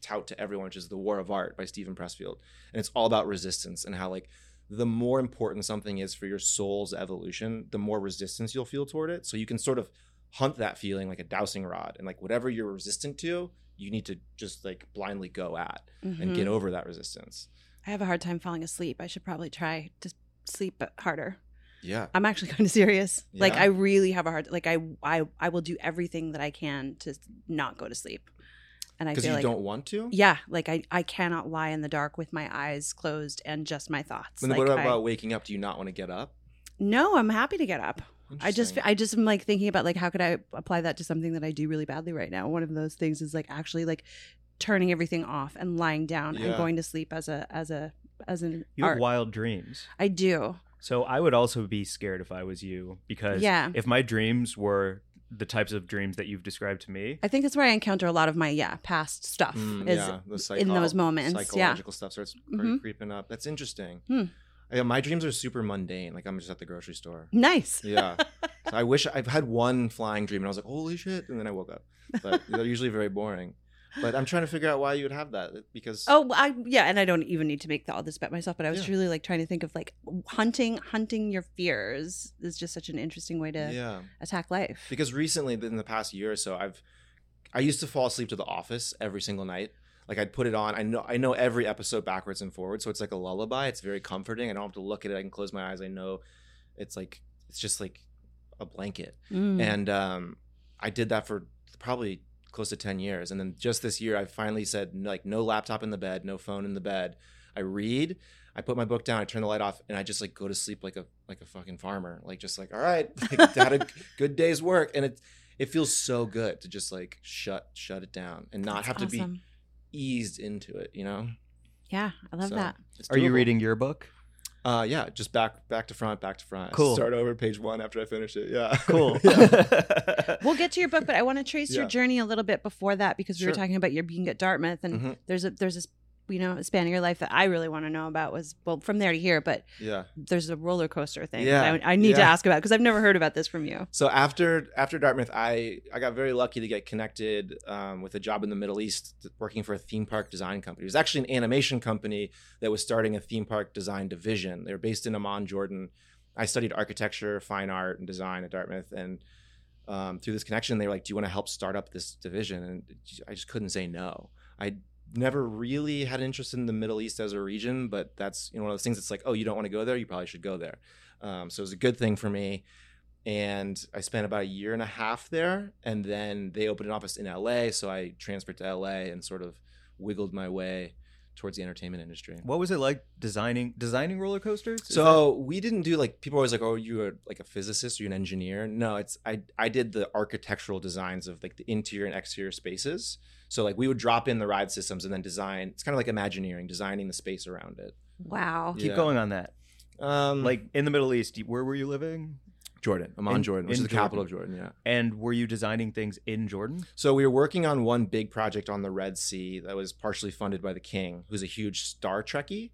Speaker 4: tout to everyone, which is The War of Art by Stephen Pressfield, and it's all about resistance and how like the more important something is for your soul's evolution, the more resistance you'll feel toward it. So you can sort of hunt that feeling like a dowsing rod, and like whatever you're resistant to, you need to just like blindly go at and
Speaker 3: Mhm.
Speaker 4: get over that resistance.
Speaker 3: i have a hard time falling asleep i should probably try to sleep harder
Speaker 4: Yeah.
Speaker 3: i'm actually [laughs] kind of serious like
Speaker 4: Yeah.
Speaker 3: i really have a hard like I, I i will do everything that i can to not go to sleep and i
Speaker 4: Because
Speaker 3: feel
Speaker 4: you
Speaker 3: like
Speaker 4: don't want to?
Speaker 3: yeah like I, I cannot lie in the dark with my eyes closed and just my thoughts
Speaker 4: And then
Speaker 3: like
Speaker 4: what
Speaker 3: I-
Speaker 4: about waking up? Do you not want to get up?
Speaker 3: No, I'm happy to get up. I just
Speaker 4: Interesting.
Speaker 3: I just am like thinking about like how could I apply that to something that I do really badly right now. One of those things is like actually like turning everything off and lying down and
Speaker 4: Yeah.
Speaker 3: going to sleep as a as a as an
Speaker 5: You have
Speaker 3: art.
Speaker 5: wild dreams.
Speaker 3: I do.
Speaker 5: So I would also be scared if I was you because
Speaker 3: Yeah.
Speaker 5: if my dreams were the types of dreams that you've described to me,
Speaker 3: I think that's where I encounter a lot of my yeah past stuff.
Speaker 4: Mm,
Speaker 3: is
Speaker 4: yeah, the
Speaker 3: in those
Speaker 4: psycho-
Speaker 3: moments, yeah.
Speaker 4: Psychological stuff starts cre-
Speaker 3: Mhm.
Speaker 4: creeping up. That's interesting.
Speaker 3: Hmm.
Speaker 4: Yeah, my dreams are super mundane. Like I'm just at the
Speaker 3: [laughs]
Speaker 4: grocery store.
Speaker 3: nice.
Speaker 4: Yeah. So I wish I've had one flying dream and I was like, holy shit. And then I woke up. But they're usually very boring. But I'm trying to figure out why you would have that because
Speaker 3: Oh, well, I yeah, and I don't even need to make all this bet myself, but I was
Speaker 4: Yeah.
Speaker 3: really like trying to think of like hunting hunting your fears is just such an interesting way to
Speaker 4: yeah.
Speaker 3: attack life.
Speaker 4: Because recently, in the past year or so, I've I used to fall asleep to The Office every single night. Like I'd put it on. I know I know every episode backwards and forwards, so it's like a lullaby. It's very comforting. I don't have to look at it. I can close my eyes. I know it's like it's just like a blanket.
Speaker 3: Mm.
Speaker 4: and um, I did that for probably close to 10 years and then just this year I finally said like no laptop in the bed no phone in the bed I read I put my book down I turn the light off and I just like go to sleep like a like a fucking farmer like just like all right [laughs] like had a good day's work and it it feels so good to just like shut shut it down and not
Speaker 3: That's
Speaker 4: have to be
Speaker 3: awesome.
Speaker 4: eased into it you know
Speaker 3: Yeah, I love
Speaker 4: So,
Speaker 3: that.
Speaker 4: it's
Speaker 5: are you
Speaker 4: doable.
Speaker 5: reading your book?
Speaker 4: uh yeah just back back to front back to front I
Speaker 5: Cool.
Speaker 4: start over page one after I finish it yeah
Speaker 5: Cool.
Speaker 4: [laughs] yeah.
Speaker 5: [laughs]
Speaker 3: We'll get to your book, but I want to trace your
Speaker 4: Yeah.
Speaker 3: journey a little bit before that because we were
Speaker 4: Sure.
Speaker 3: talking about your being at Dartmouth, and
Speaker 4: Mhm.
Speaker 3: there's a there's this you know span of your life that I really want to know about was well from there to here, but
Speaker 4: yeah
Speaker 3: there's a roller coaster thing
Speaker 4: Yeah,
Speaker 3: that I, I need to
Speaker 4: yeah.
Speaker 3: ask about because I've never heard about this from you.
Speaker 4: So after after Dartmouth, I I got very lucky to get connected um, with a job in the Middle East, working for a theme park design company. It was actually an animation company that was starting a theme park design division. They were based in Amman, Jordan. I studied architecture, fine art, and design at Dartmouth, and um, through this connection, they were like, "Do you want to help start up this division?" And I just couldn't say no. I never really had an interest in the Middle East as a region, but that's you know one of those things. It's like, oh, you don't want to go there, you probably should go there. Um, so it was a good thing for me and I spent about a year and a half there. And then they opened an office in LA, so I transferred to LA and sort of wiggled my way towards the entertainment industry.
Speaker 5: what was it like designing designing roller coasters? Is
Speaker 4: So we didn't do like people are always like, oh, you are like a physicist or you're an engineer. No, it's I I did the architectural designs of like the interior and exterior spaces. So like we would drop in the ride systems and then design. It's kind of like Imagineering, designing the space around it.
Speaker 3: Wow.
Speaker 5: that- keep
Speaker 4: yeah.
Speaker 5: going on that.
Speaker 4: Um,
Speaker 5: Like in the Middle East, where were you living?
Speaker 4: Jordan, Amman,
Speaker 5: in-
Speaker 4: Jordan, which
Speaker 5: in
Speaker 4: is the capital of Jordan. Yeah.
Speaker 5: And were you designing things in Jordan?
Speaker 4: So we were working on one big project on the Red Sea that was partially funded by the king, who's a huge Star Trekkie.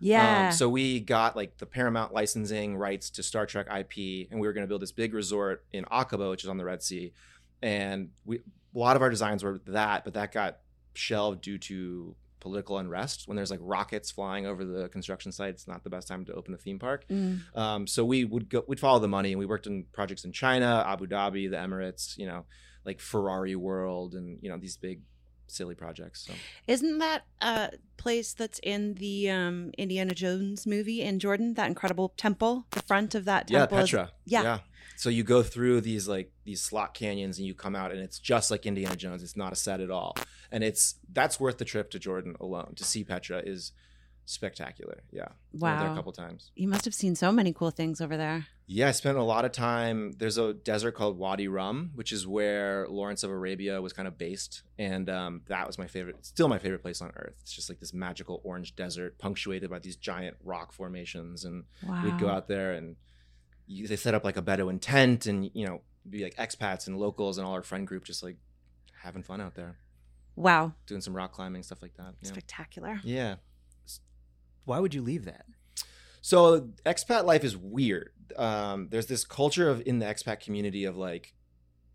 Speaker 3: Yeah.
Speaker 4: Um, so we got like the Paramount licensing rights to Star Trek IP, and we were going to build this big resort in Aqaba, which is on the Red Sea. And we a lot of our designs were that, but that got shelved due to political unrest. When there's like rockets flying over the construction site, it's not the best time to open a theme park.
Speaker 3: Mm.
Speaker 4: Um, so we would go, we'd follow the money, and we worked on projects in China, Abu Dhabi, the Emirates, you know, like Ferrari World, and you know these big silly projects. So
Speaker 3: Isn't that a place that's in the um, Indiana Jones movie in Jordan? That incredible temple, the front of that
Speaker 4: yeah,
Speaker 3: temple. is-
Speaker 4: Petra.
Speaker 3: yeah.
Speaker 4: So you go through these like these slot canyons, and you come out, and it's just like Indiana Jones. It's not a set at all, and it's that's worth the trip to Jordan alone to see Petra is spectacular. Yeah, I went there
Speaker 3: Wow.
Speaker 4: a couple times.
Speaker 3: you must have seen so many cool things over there.
Speaker 4: Yeah, I spent a lot of time. There's a desert called Wadi Rum, which is where Lawrence of Arabia was kind of based, and um, that was my favorite. Still, my favorite place on Earth. It's just like this magical orange desert, punctuated by these giant rock formations, and
Speaker 3: Wow.
Speaker 4: we'd go out there and you, they set up like a Bedouin tent, and you know, be like expats and locals and all our friend group just like having fun out there,
Speaker 3: Wow.
Speaker 4: doing some rock climbing stuff like that. Yeah.
Speaker 3: Spectacular.
Speaker 4: yeah.
Speaker 5: Why would you leave that?
Speaker 4: So expat life is weird. Um, there's this culture of in the expat community of like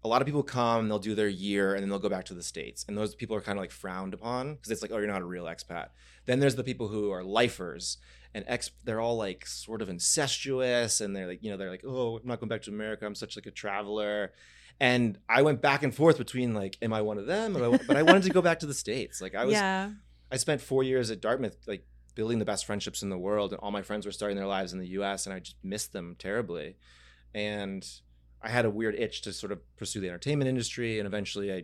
Speaker 4: a lot of people come, they'll do their year, and then they'll go back to the states, and those people are kind of like frowned upon because it's like, oh, you're not a real expat. Then there's the people who are lifers, and ex they're all like sort of incestuous, and they're like, you know, they're like, oh, I'm not going back to America. I'm such like a traveler. And I went back and forth between like, am I one of them? Am I- But I wanted to go back to the states. Like I was
Speaker 3: yeah.
Speaker 4: I spent four years at Dartmouth, like building the best friendships in the world, and all my friends were starting their lives in the U.S., and I just missed them terribly. And I had a weird itch to sort of pursue the entertainment industry, and eventually I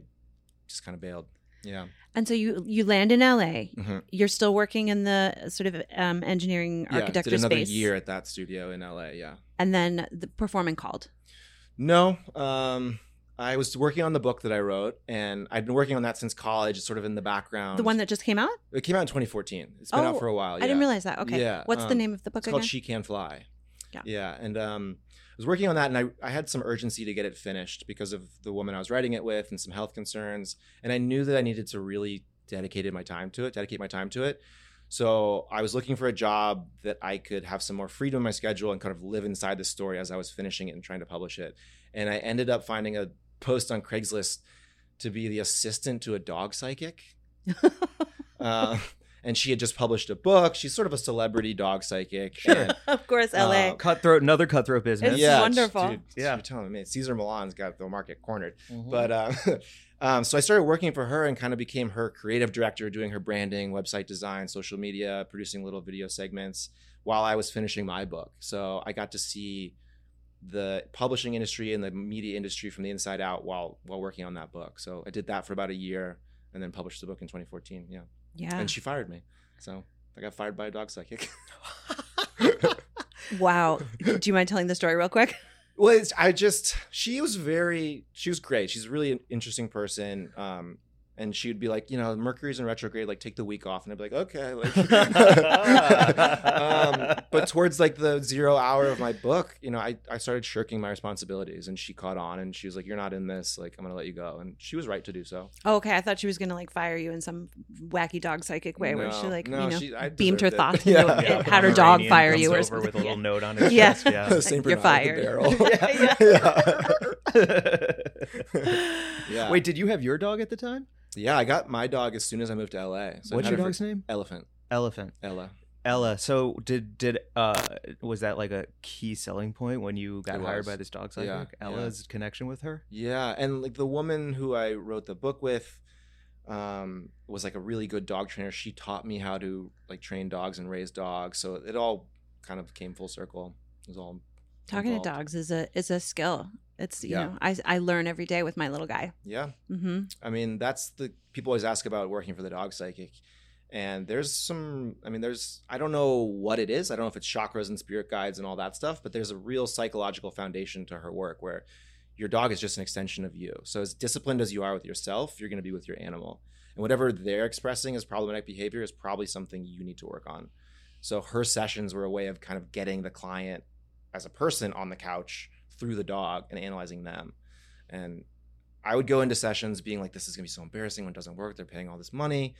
Speaker 4: just kind of bailed. Yeah,
Speaker 3: And so you you land in LA.
Speaker 4: Mhm.
Speaker 3: You're still working in the sort of um, engineering
Speaker 4: yeah.
Speaker 3: architecture
Speaker 4: Did another
Speaker 3: space,
Speaker 4: year at that studio in L.A. Yeah,
Speaker 3: and then the performing called.
Speaker 4: No, um, I was working on the book that I wrote, and I'd been working on that since college. It's sort of in the background.
Speaker 3: The one that just came out?
Speaker 4: it came out in 2014. It's been
Speaker 3: Oh,
Speaker 4: out for a while.
Speaker 3: I didn't
Speaker 4: Um, oh, yeah.
Speaker 3: realize that. Okay.
Speaker 4: Yeah,
Speaker 3: What's the
Speaker 4: um,
Speaker 3: name of the book
Speaker 4: It's
Speaker 3: again?
Speaker 4: called She Can Fly.
Speaker 3: Yeah.
Speaker 4: Yeah. And um, I was working on that and I, I had some urgency to get it finished because of the woman I was writing it with and some health concerns. And I knew that I needed to really dedicate my time to it, dedicate my time to it. So I was looking for a job that I could have some more freedom in my schedule and kind of live inside the story as I was finishing it and trying to publish it. And I ended up finding a post on Craigslist to be the assistant to a
Speaker 3: [laughs]
Speaker 4: dog psychic. Uh, and she had just published a book. She's sort of a celebrity dog psychic.
Speaker 6: Sure.
Speaker 4: And
Speaker 3: [laughs] of course, LA.
Speaker 4: Uh,
Speaker 6: Cutthroat, another cutthroat business.
Speaker 3: It's
Speaker 4: it's-
Speaker 3: wonderful.
Speaker 4: dude,
Speaker 6: Yeah.
Speaker 4: you're telling me Caesar Milan's got the market cornered.
Speaker 5: Mm-hmm.
Speaker 2: Mm-hmm.
Speaker 6: Mhm.
Speaker 4: But uh, [laughs] um, so I started working for her and kind of became her creative director, doing her branding, website design, social media, producing little video segments while I was finishing my book. So I got to see the publishing industry and the media industry from the inside out while while working on that book. So I did that for about a year and then published the book in 2014. Yeah,
Speaker 3: yeah.
Speaker 4: and she fired me. So I got fired by a dog psychic. [laughs]
Speaker 3: wow. Do you mind telling the story real quick?
Speaker 4: Well, it's, I just she was very she was great. She's a really an interesting person. Um, and she would be like, you know, Mercury's in retrograde. Like, take the week off, and I'd be like, okay. Like, [laughs] um, but towards like the zero hour of my book, you know, I I started shirking my responsibilities, and she caught on, and she was like, you're not in this. Like, I'm gonna let you go, and she was right to do so.
Speaker 3: Oh, okay. I thought she was going to like fire you in some wacky dog psychic way where she
Speaker 4: No,
Speaker 3: like,
Speaker 4: no,
Speaker 3: you know,
Speaker 4: she- I
Speaker 3: beamed her
Speaker 4: deserved
Speaker 3: thoughts
Speaker 4: it. [laughs] Yeah.
Speaker 3: into it
Speaker 4: Yeah.
Speaker 3: and had her dog
Speaker 6: Pomeranian
Speaker 3: fire
Speaker 6: comes
Speaker 3: you or
Speaker 6: over
Speaker 3: something.
Speaker 6: with a little
Speaker 3: Yeah.
Speaker 6: note on his
Speaker 3: Yeah.
Speaker 6: chest.
Speaker 3: [laughs]
Speaker 5: [laughs]
Speaker 6: Yeah.
Speaker 4: Saint
Speaker 3: You're
Speaker 4: Bernard
Speaker 3: [laughs]
Speaker 4: with the
Speaker 2: [laughs]
Speaker 3: fired.
Speaker 4: barrel. yeah.
Speaker 5: [laughs]
Speaker 4: yeah.
Speaker 2: Wait, did you have your dog at the time?
Speaker 4: Yeah, I got my dog as soon as I moved to LA. So I've
Speaker 2: What's
Speaker 4: had
Speaker 2: your
Speaker 4: her for-
Speaker 2: dog's name?
Speaker 4: Elephant.
Speaker 2: Elephant.
Speaker 4: Ella.
Speaker 2: Ella. So did did uh was that like a key selling point when you got
Speaker 4: It
Speaker 2: hired
Speaker 4: was.
Speaker 2: by this dog psychic?
Speaker 4: Yeah, yeah.
Speaker 2: Ella's connection with her?
Speaker 4: Yeah, and like the woman who I wrote the book with um was like a really good dog trainer. She taught me how to like train dogs and raise dogs. So it all kind of came full circle. It was all
Speaker 3: Talking to
Speaker 4: involved.
Speaker 3: dogs is a is a skill. It's you
Speaker 4: Yeah.
Speaker 3: know, I I learn every day with my little guy.
Speaker 4: Yeah.
Speaker 3: hmm
Speaker 4: I mean, that's the people always ask about working for the dog psychic. And there's some, I mean, there's, I don't know what it is. I don't know if it's chakras and spirit guides and all that stuff, but there's a real psychological foundation to her work where your dog is just an extension of you. So, as disciplined as you are with yourself, you're going to be with your animal. And whatever they're expressing as problematic behavior is probably something you need to work on. So, her sessions were a way of kind of getting the client as a person on the couch through the dog and analyzing them. And I would go into sessions being like, this is gonna be so embarrassing when it doesn't work. They're paying all this money.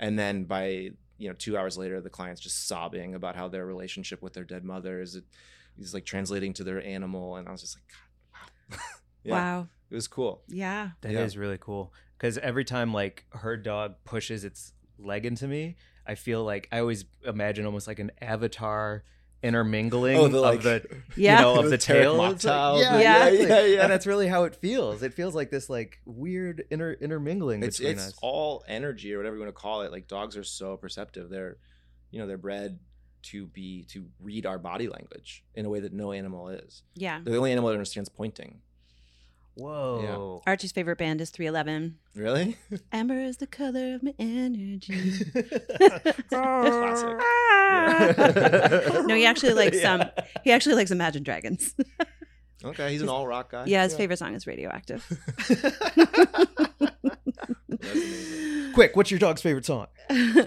Speaker 4: And then by, you know, two hours later, the client's just sobbing about how their relationship with their dead mother is, is like translating to their animal. And I was just like, God, wow. [laughs] yeah,
Speaker 3: Wow.
Speaker 4: It was cool.
Speaker 3: Yeah.
Speaker 2: That is
Speaker 4: Yeah.
Speaker 2: really cool. Because every time like her dog pushes its leg into me, I feel like I always imagine almost like an avatar intermingling
Speaker 4: Oh, the,
Speaker 2: of
Speaker 4: like-
Speaker 2: the
Speaker 4: [laughs]
Speaker 3: Yeah.
Speaker 2: you know of
Speaker 4: The
Speaker 2: the
Speaker 4: Tarik
Speaker 2: tail. It's
Speaker 4: Mokhtar.
Speaker 2: like- yeah,
Speaker 3: Yeah.
Speaker 2: exactly.
Speaker 4: Yeah, yeah, yeah.
Speaker 2: And that's really how it feels. It feels like this like weird inter- intermingling
Speaker 4: It's,
Speaker 2: between
Speaker 4: it's
Speaker 2: us.
Speaker 4: all energy or whatever you wanna call it. Like dogs are so perceptive. They're, you know, they're bred to be, to read our body language in a way that no animal is.
Speaker 3: yeah.
Speaker 4: They're the only animal that understands pointing.
Speaker 2: Whoa.
Speaker 3: Archie's favorite band is 311.
Speaker 4: Really? [laughs]
Speaker 3: Amber is the color of my energy.
Speaker 4: Classic.
Speaker 3: no, he actually likes um he actually likes Imagine
Speaker 4: [laughs]
Speaker 3: Dragons.
Speaker 4: Okay, he's an all rock guy.
Speaker 3: Yeah, his favorite song is
Speaker 4: [laughs]
Speaker 3: Radioactive.
Speaker 4: That's amazing.
Speaker 3: [laughs]
Speaker 2: Quick, what's your dog's favorite song?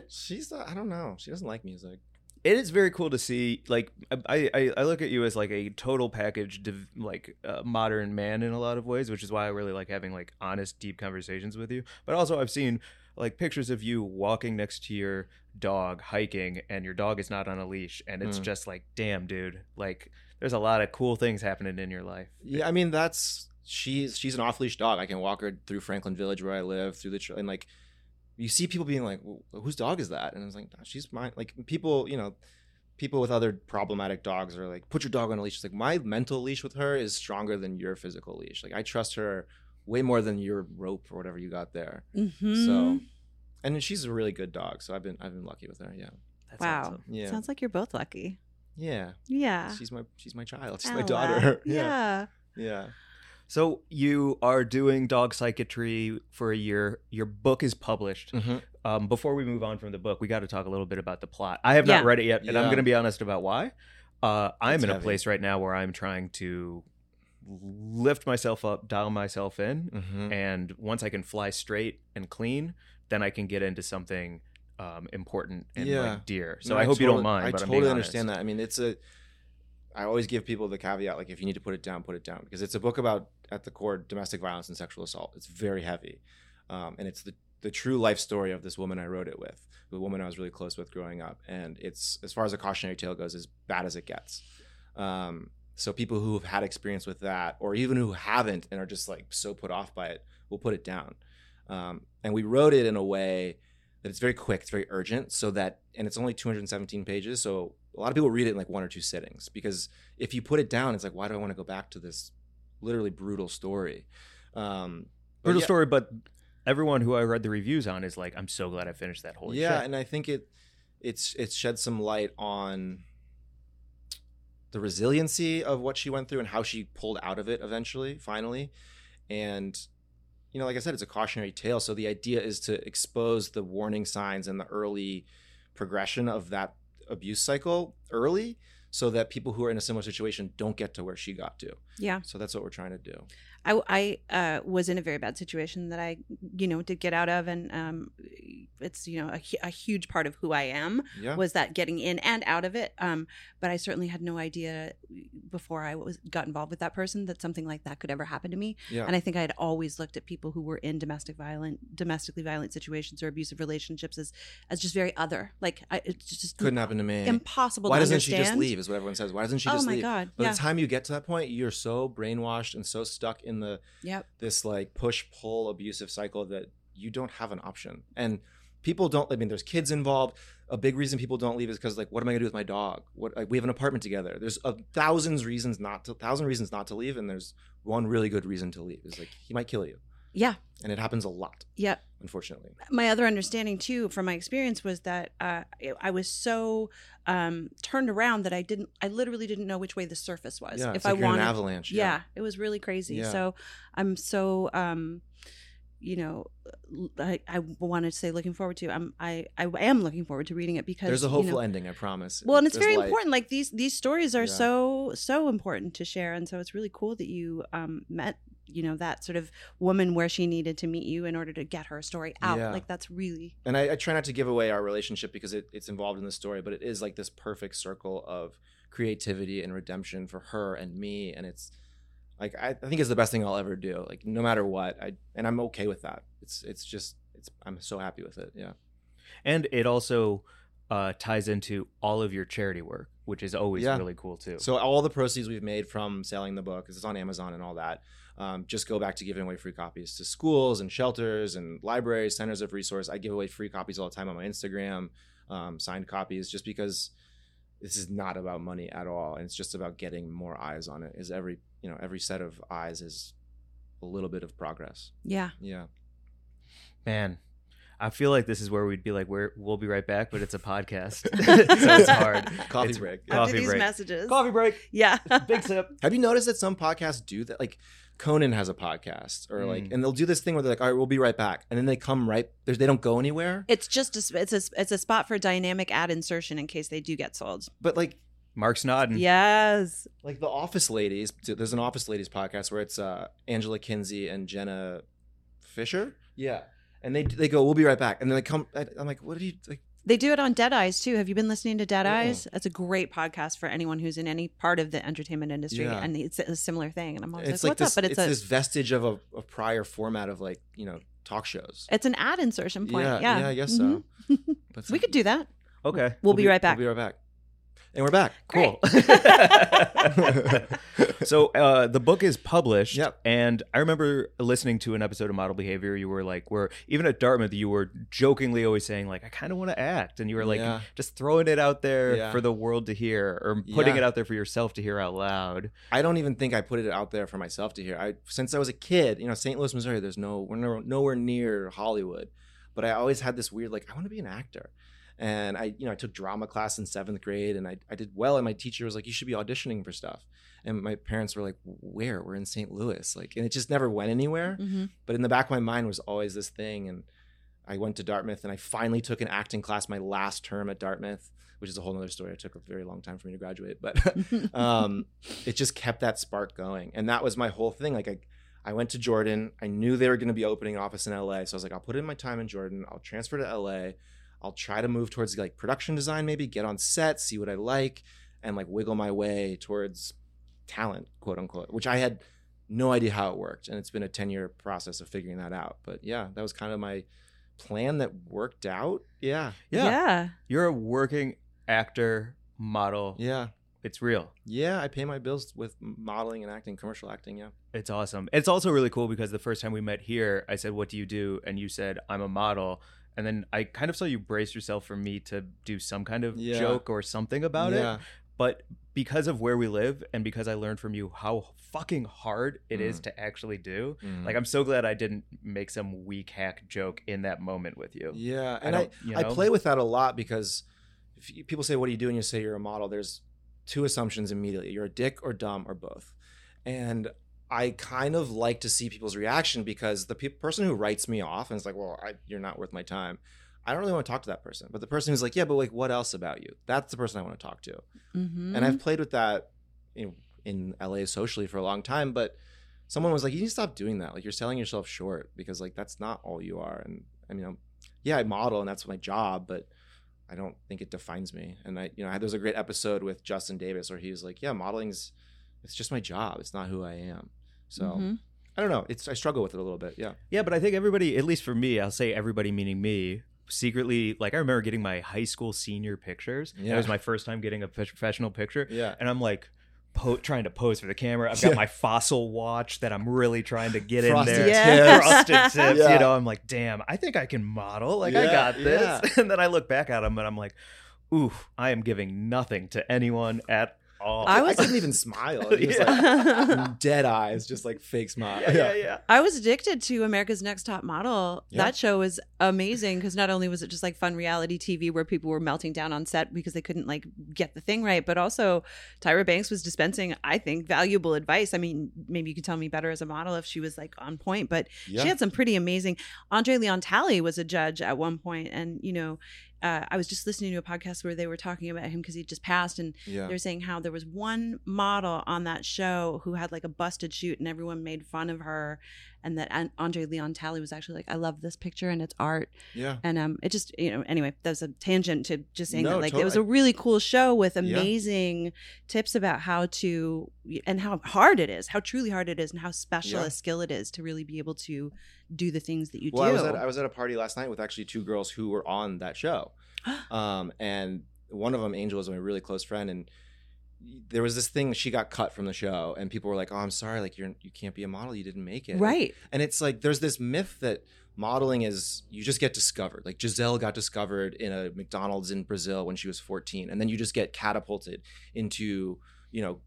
Speaker 4: She's not, I don't know. She doesn't like music.
Speaker 2: it is very cool to see like i i, I look at you as like a total package div- like uh, modern man in a lot of ways which is why i really like having like honest deep conversations with you but also i've seen like pictures of you walking next to your dog hiking and your dog is not on a leash and it's
Speaker 4: Mm.
Speaker 2: just like damn dude like there's a lot of cool things happening in your life
Speaker 4: Yeah, I mean that's she's she's an off leash dog. I can walk her through Franklin Village where I live through the trail and like you see people being like, well, whose dog is that? And I was like, "Nah, she's mine. Like people, you know, people with other problematic dogs are like, put your dog on a leash. It's like my mental leash with her is stronger than your physical leash. Like I trust her way more than your rope or whatever you got there.
Speaker 3: Mhm.
Speaker 4: So, and she's a really good dog. So I've been I've been lucky with her. Yeah,
Speaker 2: That's
Speaker 3: wow.
Speaker 2: awesome.
Speaker 4: yeah,
Speaker 3: Sounds Ah. like you're both lucky.
Speaker 4: yeah.
Speaker 3: Yeah.
Speaker 4: She's my she's my child. She's my
Speaker 3: Ella.
Speaker 4: daughter. [laughs] yeah,
Speaker 3: Oh, yeah.
Speaker 4: yeah.
Speaker 2: so you are doing dog psychiatry for a year your book is published um, before we move on from the book, we got to talk a little bit about the plot. I have
Speaker 3: Yeah.
Speaker 2: not read it yet, and I'm
Speaker 4: Yeah.
Speaker 2: going to be honest about why. Uh, I'm
Speaker 4: It's
Speaker 2: in a
Speaker 4: heavy.
Speaker 2: place right now where I'm trying to
Speaker 5: lift myself up, dial myself in,
Speaker 4: Mhm.
Speaker 5: and once I can fly straight and clean, then I can get into something um, important and
Speaker 4: Yeah.
Speaker 5: like dear. So
Speaker 4: No,
Speaker 5: I, hope you
Speaker 4: totally-
Speaker 5: don't mind.
Speaker 4: I
Speaker 5: but
Speaker 4: totally
Speaker 5: I'm being
Speaker 4: understand that. I mean, it's a. I always give people the caveat, like if you need to put it down, put it down, because it's a book about at the core domestic violence and sexual assault. It's very heavy, um, and it's the the true life story of this woman I wrote it with, the woman I was really close with growing up, and it's as far as a cautionary tale goes, as bad as it gets. Um, so people who have had experience with that, or even who haven't and are just like so put off by it, will put it down. Um, and we wrote it in a way that it's very quick, it's very urgent, so that and it's only 217 pages, so a lot of people read it in like one or two sittings because if you put it down, it's like why do I want to go back to this literally brutal story? Um, but
Speaker 5: Brutal
Speaker 4: yeah,
Speaker 5: story, but everyone who I read the reviews on is like, I'm so glad I finished that whole
Speaker 4: yeah,
Speaker 5: shit.
Speaker 4: and I think it it's it's shed some light on the resiliency of what she went through and how she pulled out of it eventually, finally. And you know, like I said, it's a cautionary tale. So the idea is to expose the warning signs and the early progression of that abuse cycle early so that people who are in a similar situation don't get to where she got to.
Speaker 3: Yeah.
Speaker 4: So that's what we're trying to do.
Speaker 3: I, I uh, was in a very bad situation that I, you know, did get out of. And um, it's, you know, a, hu- a huge part of who I am
Speaker 4: Yeah.
Speaker 3: was that getting in and out of it. Um, but I certainly had no idea before I was got involved with that person that something like that could ever happen to me.
Speaker 4: Yeah.
Speaker 3: And I think I had always looked at people who were in domestic violent, domestically violent situations or abusive relationships as, as just very other. Like I, it's just
Speaker 4: Couldn't happen to me.
Speaker 3: impossible.
Speaker 4: Why
Speaker 3: to
Speaker 4: doesn't
Speaker 3: understand.
Speaker 4: she just leave? Is what everyone says. Why doesn't she
Speaker 3: oh
Speaker 4: just
Speaker 3: my
Speaker 4: leave?
Speaker 3: god!
Speaker 4: By
Speaker 3: yeah.
Speaker 4: the time you get to that point, you're so brainwashed and so stuck in the
Speaker 3: Yep.
Speaker 4: this like push pull abusive cycle that you don't have an option. And people don't. I mean, there's kids involved. A big reason people don't leave is because like, what am I gonna do with my dog? What like, we have an apartment together. There's a thousands reasons not to thousand reasons not to leave, and there's one really good reason to leave. Is like he might kill you,
Speaker 3: Yeah.
Speaker 4: and it happens a lot,
Speaker 3: Yeah.
Speaker 4: unfortunately.
Speaker 3: my other understanding too from my experience was that uh, it- I was so um, turned around that I didn't, I literally didn't know which way the surface was.
Speaker 4: Yeah,
Speaker 3: if
Speaker 4: it's
Speaker 3: I
Speaker 4: like you're in
Speaker 3: wanted,
Speaker 4: an avalanche.
Speaker 3: yeah. it was really crazy.
Speaker 4: Yeah.
Speaker 3: So I'm so, um, you know, l- I, I wanted to say looking forward to. I'm, I, I am looking forward to reading it because
Speaker 4: There's a
Speaker 3: you
Speaker 4: hopeful
Speaker 3: know-
Speaker 4: ending, I promise.
Speaker 3: well, and it's
Speaker 4: There's
Speaker 3: very
Speaker 4: light.
Speaker 3: important. Like these these stories are
Speaker 4: Yeah.
Speaker 3: so so important to share, and so it's really cool that you um, met you know that sort of woman where she needed to meet you in order to get her story out.
Speaker 4: Yeah.
Speaker 3: Like that's really
Speaker 4: and I, I try not to give away our relationship because it, it's involved in the story, but it is like this perfect circle of creativity and redemption for her and me, and it's like I, I think it's the best thing I'll ever do. Like no matter what, I and I'm okay with that. It's it's just it's I'm so happy with it. Yeah,
Speaker 5: And it also uh, ties into all of your charity work, which is always
Speaker 4: Yeah.
Speaker 5: really cool too.
Speaker 4: So all the proceeds we've made from selling the book, 'cause it's on Amazon and all that, um, just go back to giving away free copies to schools and shelters and libraries, centers of resource. I give away free copies all the time on my Instagram, um, signed copies, just because this is not about money at all, and it's just about getting more eyes on it. Is every you know every set of eyes is a little bit of progress.
Speaker 3: yeah.
Speaker 4: Yeah.
Speaker 5: Man, I feel like this is where we'd be like, we're, we'll be right back, but it's a
Speaker 3: [laughs]
Speaker 5: podcast. [laughs] [laughs] so it's hard.
Speaker 4: [laughs] Coffee
Speaker 5: It's-
Speaker 4: break.
Speaker 5: Coffee
Speaker 3: After these
Speaker 5: break.
Speaker 3: messages,
Speaker 5: Coffee break.
Speaker 3: [laughs]
Speaker 4: [laughs]
Speaker 3: yeah.
Speaker 5: Big sip.
Speaker 4: Have you noticed that some podcasts do that? Like Conan has a podcast, or like,
Speaker 5: Mm.
Speaker 4: and they'll do this thing where they're like, "All right, we'll be right back," and then they come right. there's- They don't go anywhere.
Speaker 3: it's just a, sp- it's a it's a spot for dynamic ad insertion in case they do get sold.
Speaker 4: But like,
Speaker 5: Mark's
Speaker 4: Mm.
Speaker 5: nodding.
Speaker 3: Yes.
Speaker 4: like the Office Ladies, there's an Office Ladies podcast where it's uh, Angela Kinsey and Jenna Fisher. Yeah, and they they go, "We'll be right back," and then they come. I, I'm like, "What are you like?"
Speaker 3: They do it on Dead Eyes too. Have you been listening to Dead Eyes? That's a great podcast for anyone who's in any part of the entertainment industry,
Speaker 4: Yeah.
Speaker 3: and it's a similar thing. And I'm always
Speaker 4: It's
Speaker 3: like,
Speaker 4: like,
Speaker 3: "What's
Speaker 4: this.
Speaker 3: up?" But it's,
Speaker 4: it's
Speaker 3: a
Speaker 4: this vestige of a, a prior format of like you know talk shows.
Speaker 3: it's an ad insertion point. Yeah,
Speaker 4: yeah, I guess
Speaker 3: Mhm.
Speaker 4: so. But
Speaker 3: We could do that.
Speaker 5: Okay.
Speaker 3: We'll, be, right back.
Speaker 4: We'll be right back, and we're back.
Speaker 5: Cool. [laughs]
Speaker 3: [laughs]
Speaker 5: so uh, the book is published.
Speaker 4: Yep.
Speaker 5: And I remember listening to an episode of Model Behavior. You were like, where even at Dartmouth, you were jokingly always saying, like, I kind of want to act. And you were like,
Speaker 4: Yeah.
Speaker 5: just throwing it out there
Speaker 4: Yeah.
Speaker 5: for the world to hear or putting
Speaker 4: Yeah.
Speaker 5: it out there for yourself to hear out loud.
Speaker 4: I don't even think I put it out there for myself to hear. I since I was a kid, you know, St. Louis, Missouri. There's no we're no, nowhere near Hollywood, but I always had this weird like I want to be an actor, and I you know I took drama class in seventh grade and I I did well and my teacher was like you should be auditioning for stuff, and my parents were like where we're in St. Louis like and it just never went anywhere.
Speaker 3: Mhm.
Speaker 4: But in the back of my mind was always this thing and I went to Dartmouth and I finally took an acting class my last term at Dartmouth, which is a whole nother story. It took a very long time for me to graduate, but [laughs]
Speaker 3: Mm-hmm.
Speaker 4: um, it just kept that spark going. And that was my whole thing. Like I, I went to Jordan. I knew they were going to be opening an office in LA, so I was like, I'll put in my time in Jordan. I'll transfer to LA. I'll try to move towards like production design, maybe get on set, see what I like, and like wiggle my way towards talent, quote unquote, which I had no idea how it worked. And it's been a 10 year process of figuring that out. But yeah, that was kind of my plan that worked out. Yeah.
Speaker 5: Yeah. You're a working actor, model.
Speaker 4: Yeah.
Speaker 5: It's real.
Speaker 4: Yeah. I pay my bills with modeling and acting, commercial acting. Yeah.
Speaker 5: It's awesome. It's also really cool because the first time we met here, I said, What do you do? And you said, I'm a model. And then I kind of saw you brace yourself for me to do some kind of
Speaker 4: Yeah.
Speaker 5: joke or something about it.
Speaker 4: yeah.
Speaker 5: but because of where we live and because I learned from you how fucking hard it is
Speaker 4: Mhm.
Speaker 5: to actually do,
Speaker 2: Mm.
Speaker 4: Mhm.
Speaker 5: like I'm so glad I didn't make some weak hack joke in that moment with you.
Speaker 4: yeah. And I,
Speaker 5: don't- you
Speaker 4: I
Speaker 5: know?
Speaker 4: play with that a lot because if you, people say, "What do you do?" and you say you're a model, there's two assumptions immediately: you're a dick or dumb or both. And I kind of like to see people's reaction because the pe- person who writes me off and is like, "Well, I, you're not worth my time," I don't really want to talk to that person. But the person who's like, "Yeah, but like, what else about you?" That's the person I want to talk to.
Speaker 3: Mm-hmm.
Speaker 4: And I've played with that in, in LA socially for a long time, but someone was like, you need to stop doing that. Like you're selling yourself short because like that's not all you are. And I mean, I'm, yeah, I model and that's my job, but I don't think it defines me. And I, you know, I had, there was a great episode with Justin Davis where he was like, yeah, modeling's, it's just my job. It's not who I am. So
Speaker 3: Mhm.
Speaker 4: I don't know. It's, I struggle with it a little bit. Yeah.
Speaker 5: Yeah, but I think everybody, at least for me, I'll say everybody meaning me, secretly, like I remember getting my high school senior pictures. Yeah.
Speaker 4: Yeah.
Speaker 5: It was my first time getting a pro- professional picture.
Speaker 4: Yeah.
Speaker 5: And I'm like, Po- trying to pose for the camera. I've got
Speaker 4: Yeah.
Speaker 5: my fossil watch that I'm really trying to get
Speaker 4: Frosted
Speaker 5: in there.
Speaker 3: Yeah.
Speaker 5: [laughs]
Speaker 3: tips.
Speaker 5: Frosted tips.
Speaker 4: Yeah.
Speaker 5: You know, I'm like, damn, I think I can model. Like, I
Speaker 4: Yeah,
Speaker 5: got this.
Speaker 4: yeah.
Speaker 5: [laughs] And then I look back at them and I'm like, oof, I am giving nothing to anyone at all.
Speaker 3: I
Speaker 4: I,
Speaker 3: was-
Speaker 4: couldn't even smile. He
Speaker 3: [laughs]
Speaker 4: was
Speaker 3: Yeah.
Speaker 4: like dead eyes, just like fake
Speaker 5: [laughs]
Speaker 4: smile.
Speaker 5: yeah, yeah, yeah.
Speaker 3: Mm-hmm. I was addicted to America's Next Top Model.
Speaker 4: Yeah.
Speaker 3: That show was amazing because not only was it just like fun reality TV where people were melting down on set because they couldn't like get the thing right, but also Tyra Banks was dispensing, I think, valuable advice. I mean, maybe you could tell me better as a model if she was like on point, but
Speaker 4: Yeah.
Speaker 3: she had some pretty amazing. Andre Leon Talley was a judge at one point, and you know, uh, I was just listening to a podcast where they were talking about him because he just passed, and
Speaker 4: Yeah.
Speaker 3: they're saying how there was one model on that show who had like a busted shoot and everyone made fun of her and that An- andre leon talley was actually like i love this picture and it's art
Speaker 4: yeah.
Speaker 3: and um it just you know anyway that was a tangent to just saying
Speaker 4: No,
Speaker 3: that like it was a
Speaker 4: totally.
Speaker 3: really cool show with
Speaker 4: Yeah.
Speaker 3: amazing tips about how to and how hard it is how truly hard it is and how special
Speaker 4: Yeah.
Speaker 3: a skill it is to really be able to do the things that you
Speaker 4: well,
Speaker 3: do
Speaker 4: I was, at, I was at a party last night with actually two girls who were on
Speaker 3: [gasps]
Speaker 4: that show. um, and one of them, Angel, was my really close friend. And there was this thing, she got cut from the show. And people were like, oh, I'm sorry. Like, you're, you can't be a model. You didn't make it.
Speaker 3: right
Speaker 4: And it's like, there's this myth that modeling is you just get discovered. Like, Giselle got discovered in a McDonald's in Brazil when she was 14. And then you just get catapulted into, you know,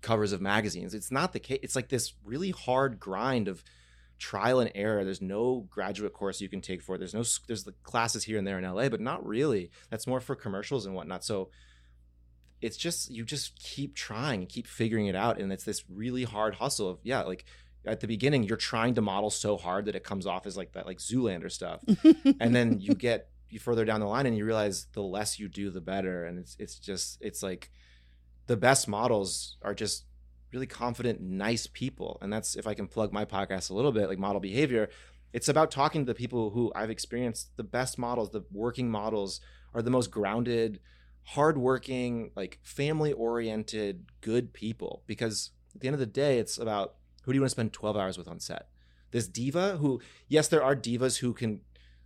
Speaker 4: covers of magazines. It's not the case. It's like this really hard grind of trial and error. There's no graduate course you can take for it. There's no s- there's the classes here and there in LA, but not really. That's more for commercials and whatnot. So it's just you just keep trying and keep figuring it out, and it's this really hard hustle of yeah, like at the beginning you're trying to model so hard that it comes off as like that like Zoolander stuff, and then you get you further down the line and you realize the less you do the better and it's it's just it's like the best models are just really confident nice people and that's if i can plug my podcast a little bit like model behavior it's about talking to the people who i've experienced the best models the working models are the most grounded hardworking like family oriented good people because at the end of the day it's about who do you want to spend 12 hours with on set this diva who yes there are divas who can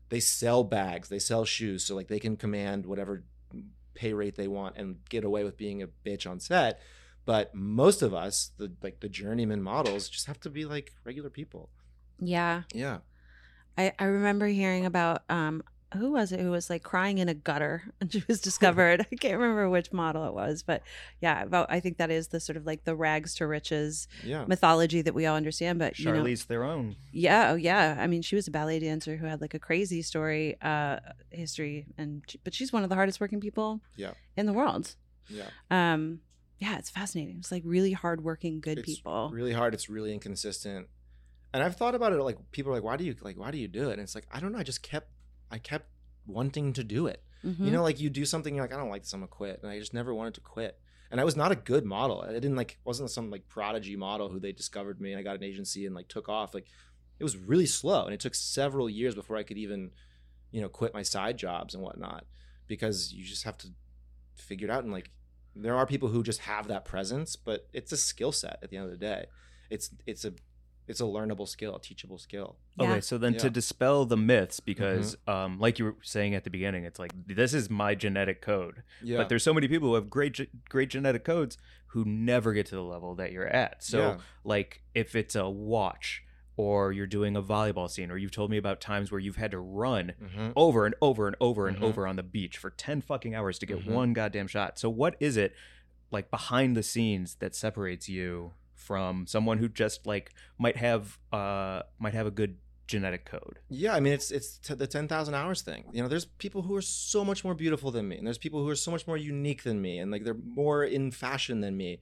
Speaker 4: they sell bags, they sell shoes, so like they can command whatever pay rate they want and get away with being a bitch on set. But most of us, the like the journeyman models, just have to be like regular people.
Speaker 3: [laughs] yeah
Speaker 4: Yeah.
Speaker 3: I, I remember hearing about um who was it who was like crying in a gutter [laughs] and she was discovered. I can't remember which model it was, but yeah, about, I think that is the sort of like the rags to riches
Speaker 4: Yeah.
Speaker 3: mythology that we all understand. But you know,
Speaker 5: Charlize Theron.
Speaker 3: yeah, oh yeah. I mean, she was a ballet dancer who had like a crazy story, uh, history, and but she's one of the hardest working people
Speaker 4: Yeah.
Speaker 3: in the world.
Speaker 4: Yeah.
Speaker 3: Um, yeah, it's fascinating. It's like really hardworking, good
Speaker 4: it's
Speaker 3: people.
Speaker 4: Really hard. It's really inconsistent. And I've thought about it like people are like, why do you like why do you do it? And it's like, I don't know, I just kept I kept wanting to do it.
Speaker 3: Mm-hmm.
Speaker 4: You
Speaker 2: Mm-hmm.
Speaker 4: know, like you do something, you're like, I don't like this, I'm gonna quit. And I just never wanted to quit. And I was not a good model. I didn't like wasn't some like prodigy model who they discovered me and I got an agency and like took off. Like it was really slow and it took several years before I could even, you know, quit my side jobs and whatnot. Because you just have to figure it out and like there are people who just have that presence, but it's a skill set at the end of the day. It's it's a it's a learnable skill, a teachable skill.
Speaker 3: Yeah.
Speaker 2: Okay, so then
Speaker 4: Yeah. Mm-hmm.
Speaker 2: to dispel the myths, because um, like you were saying at the beginning, it's like this is my genetic code.
Speaker 4: Yeah.
Speaker 2: But there's so many people who have great, ge- great genetic codes who never get to the level that you're at. So
Speaker 4: Yeah.
Speaker 2: like if it's a watch, or you're doing a volleyball scene, or you've told me about times where you've had to run
Speaker 4: Mhm.
Speaker 2: over and over and over and
Speaker 4: Mhm.
Speaker 2: over on the beach for 10 fucking hours to get
Speaker 4: Mhm.
Speaker 2: one goddamn shot. So what is it like behind the scenes that separates you from someone who just like might have uh might have a good genetic code?
Speaker 4: Yeah, I mean it's it's t- the ten thousand hours thing. You know, there's people who are so much more beautiful than me, and there's people who are so much more unique than me, and like they're more in fashion than me.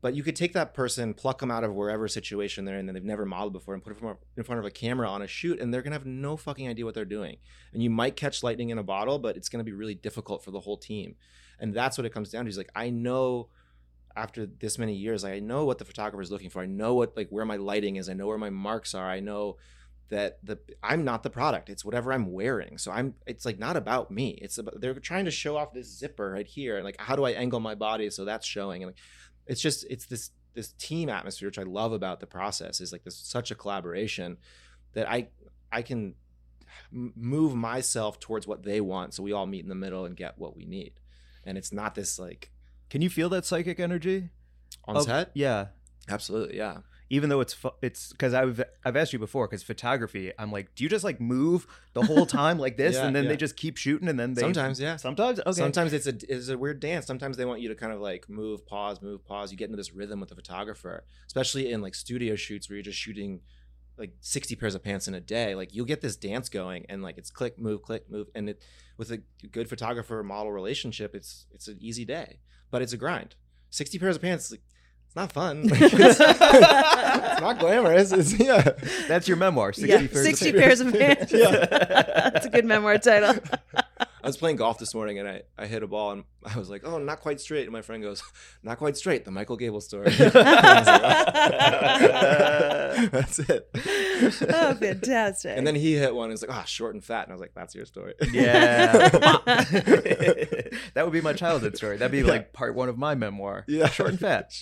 Speaker 4: But you could take that person, pluck them out of wherever situation they're in that they've never modeled before, and put them in front of- in front of a camera on a shoot, and they're gonna have no fucking idea what they're doing. And you might catch lightning in a bottle, but it's gonna be really difficult for the whole team. And that's what it comes down to. Is like I know after this many years, like, I know what the photographer is looking for. I know what like where my lighting is. I know where my marks are. I know that the I'm not the product. It's whatever I'm wearing. So I'm it's like not about me. It's about they're trying to show off this zipper right here and like how do I angle my body so that's showing and like it's just it's this this team atmosphere which I love about the process is like there's such a collaboration that I I can m- move myself towards what they want so we all meet in the middle and get what we need. And it's not this like
Speaker 2: Can you feel that psychic energy?
Speaker 4: on
Speaker 2: of-
Speaker 4: set?
Speaker 2: Yeah.
Speaker 4: Absolutely, yeah.
Speaker 2: Even though it's fu- it's because I've I've asked you before because photography I'm like do you just like move the
Speaker 4: [laughs]
Speaker 2: whole time like this
Speaker 4: Yeah,
Speaker 2: and then
Speaker 4: yeah.
Speaker 2: they just keep shooting and then they
Speaker 4: Sometimes, yeah.
Speaker 2: sometimes okay
Speaker 4: Sometimes it's a it's a weird dance. Sometimes they want you to kind of like move, pause, move, pause. You get into this rhythm with the photographer, especially in like studio shoots where you're just shooting like 60 pairs of pants in a day. Like you'll get this dance going and like it's click, move, click, move. And it with a good photographer model relationship, it's it's an easy day. But it's a grind. 60 pairs of pants, like, it's not fun. [laughs] Like, it's, it's not glamorous. It's yeah.
Speaker 2: that's [laughs] your memoir 60
Speaker 3: yeah,
Speaker 2: pairs of
Speaker 3: 60 pairs of
Speaker 4: [laughs]
Speaker 3: pants.
Speaker 4: Yeah.
Speaker 3: [laughs] That's a good memoir title.
Speaker 4: [laughs] I was playing golf this morning and I, I hit a ball and I was like, oh, not quite straight. And my friend goes, [laughs] not quite straight. The Michael Gable story. [laughs] [laughs] That's it.
Speaker 3: oh, fantastic.
Speaker 4: And then he hit one. He's like, ah, short and fat. And I was like, that's your story.
Speaker 2: [laughs] Yeah. that would be my childhood story. That'd be
Speaker 4: Yeah.
Speaker 2: like part one of my memoir.
Speaker 4: [laughs] Yeah.
Speaker 2: Short and
Speaker 4: [laughs]
Speaker 2: fat.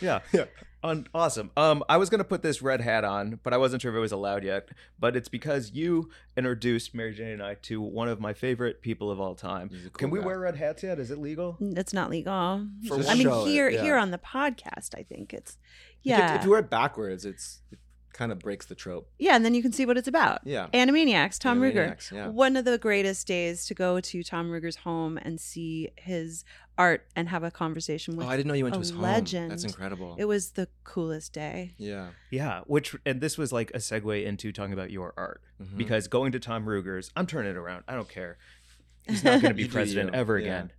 Speaker 2: Yeah.
Speaker 4: Yeah.
Speaker 2: Un- awesome. Um, I was gonna put this red hat on, but I wasn't sure if it was allowed yet. But it's because you introduced Mary Jane and I to one of my favorite people of all time.
Speaker 4: He's a Mm, cool Mm.
Speaker 2: Can we
Speaker 4: guy.
Speaker 2: wear red hats yet? Is it legal?
Speaker 3: That's Mm, not legal.
Speaker 4: For
Speaker 3: I mean,
Speaker 4: show it,
Speaker 3: here
Speaker 4: yeah.
Speaker 3: here on the podcast, I think it's
Speaker 4: You
Speaker 3: [laughs]
Speaker 4: could-
Speaker 3: yeah,
Speaker 4: if you wear it backwards, it's it kind of breaks the trope.
Speaker 3: yeah, and then you can see what it's about.
Speaker 4: Yeah.
Speaker 3: Animaniacs, Tom
Speaker 4: Yeah,
Speaker 3: Ruger.
Speaker 4: Maniacs, Yeah.
Speaker 3: One of the greatest days to go to Tom Ruger's home and see his art and have a conversation with.
Speaker 4: Oh, I didn't know you went
Speaker 3: a
Speaker 4: to his home.
Speaker 3: legend.
Speaker 4: That's incredible.
Speaker 3: it was the coolest day.
Speaker 4: yeah.
Speaker 2: Yeah. Which and this was like a segue into talking about your art.
Speaker 4: Mhm.
Speaker 2: Because going to Tom Ruger's, I'm turning it around. I don't
Speaker 4: [laughs]
Speaker 2: care. He's not gonna
Speaker 4: You
Speaker 2: be
Speaker 4: do
Speaker 2: president
Speaker 4: you.
Speaker 2: ever
Speaker 4: Yeah.
Speaker 2: again.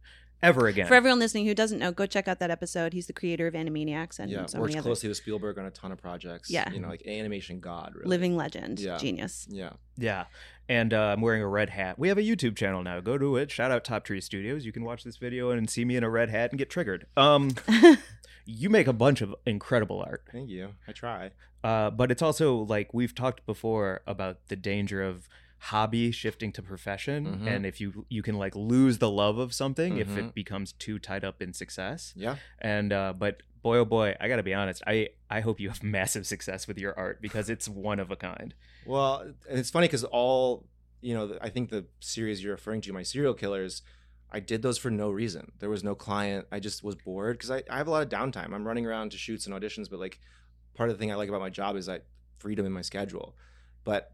Speaker 2: Ever again.
Speaker 3: For everyone listening who doesn't know, go check out that episode. He's the creator of Animaniacs and
Speaker 4: yeah.
Speaker 3: so
Speaker 4: Works
Speaker 3: many other
Speaker 4: closely with Spielberg on a ton of projects.
Speaker 3: Yeah.
Speaker 4: You know, like animation god, really.
Speaker 3: living legend,
Speaker 4: Yeah.
Speaker 3: genius.
Speaker 4: Yeah.
Speaker 2: Yeah. And uh, I'm wearing a red hat. We have a YouTube channel now. Go to it. Shout out Top Tree Studios. You can watch this video and see me in a red hat and get triggered. Um, you make a bunch of incredible art,
Speaker 4: Thank you. I try.
Speaker 2: uh, but it's also like we've talked before about the danger of hobby shifting to profession,
Speaker 4: Mhm.
Speaker 2: and if you you can like lose the love of something if
Speaker 4: Mhm.
Speaker 2: it becomes too tied up in success.
Speaker 4: Yeah.
Speaker 2: And uh, but boy oh boy, I gotta be honest. I I hope you have [laughs] massive success with your art because it's one of a kind.
Speaker 4: Well, and it's funny because all you know, I think the series you're referring to, my serial killers, I did those for no reason. There was no client. I just was bored because I, I have a lot of downtime. I'm running around to shoots and auditions, but like part of the thing I like about my job is that freedom in my schedule. But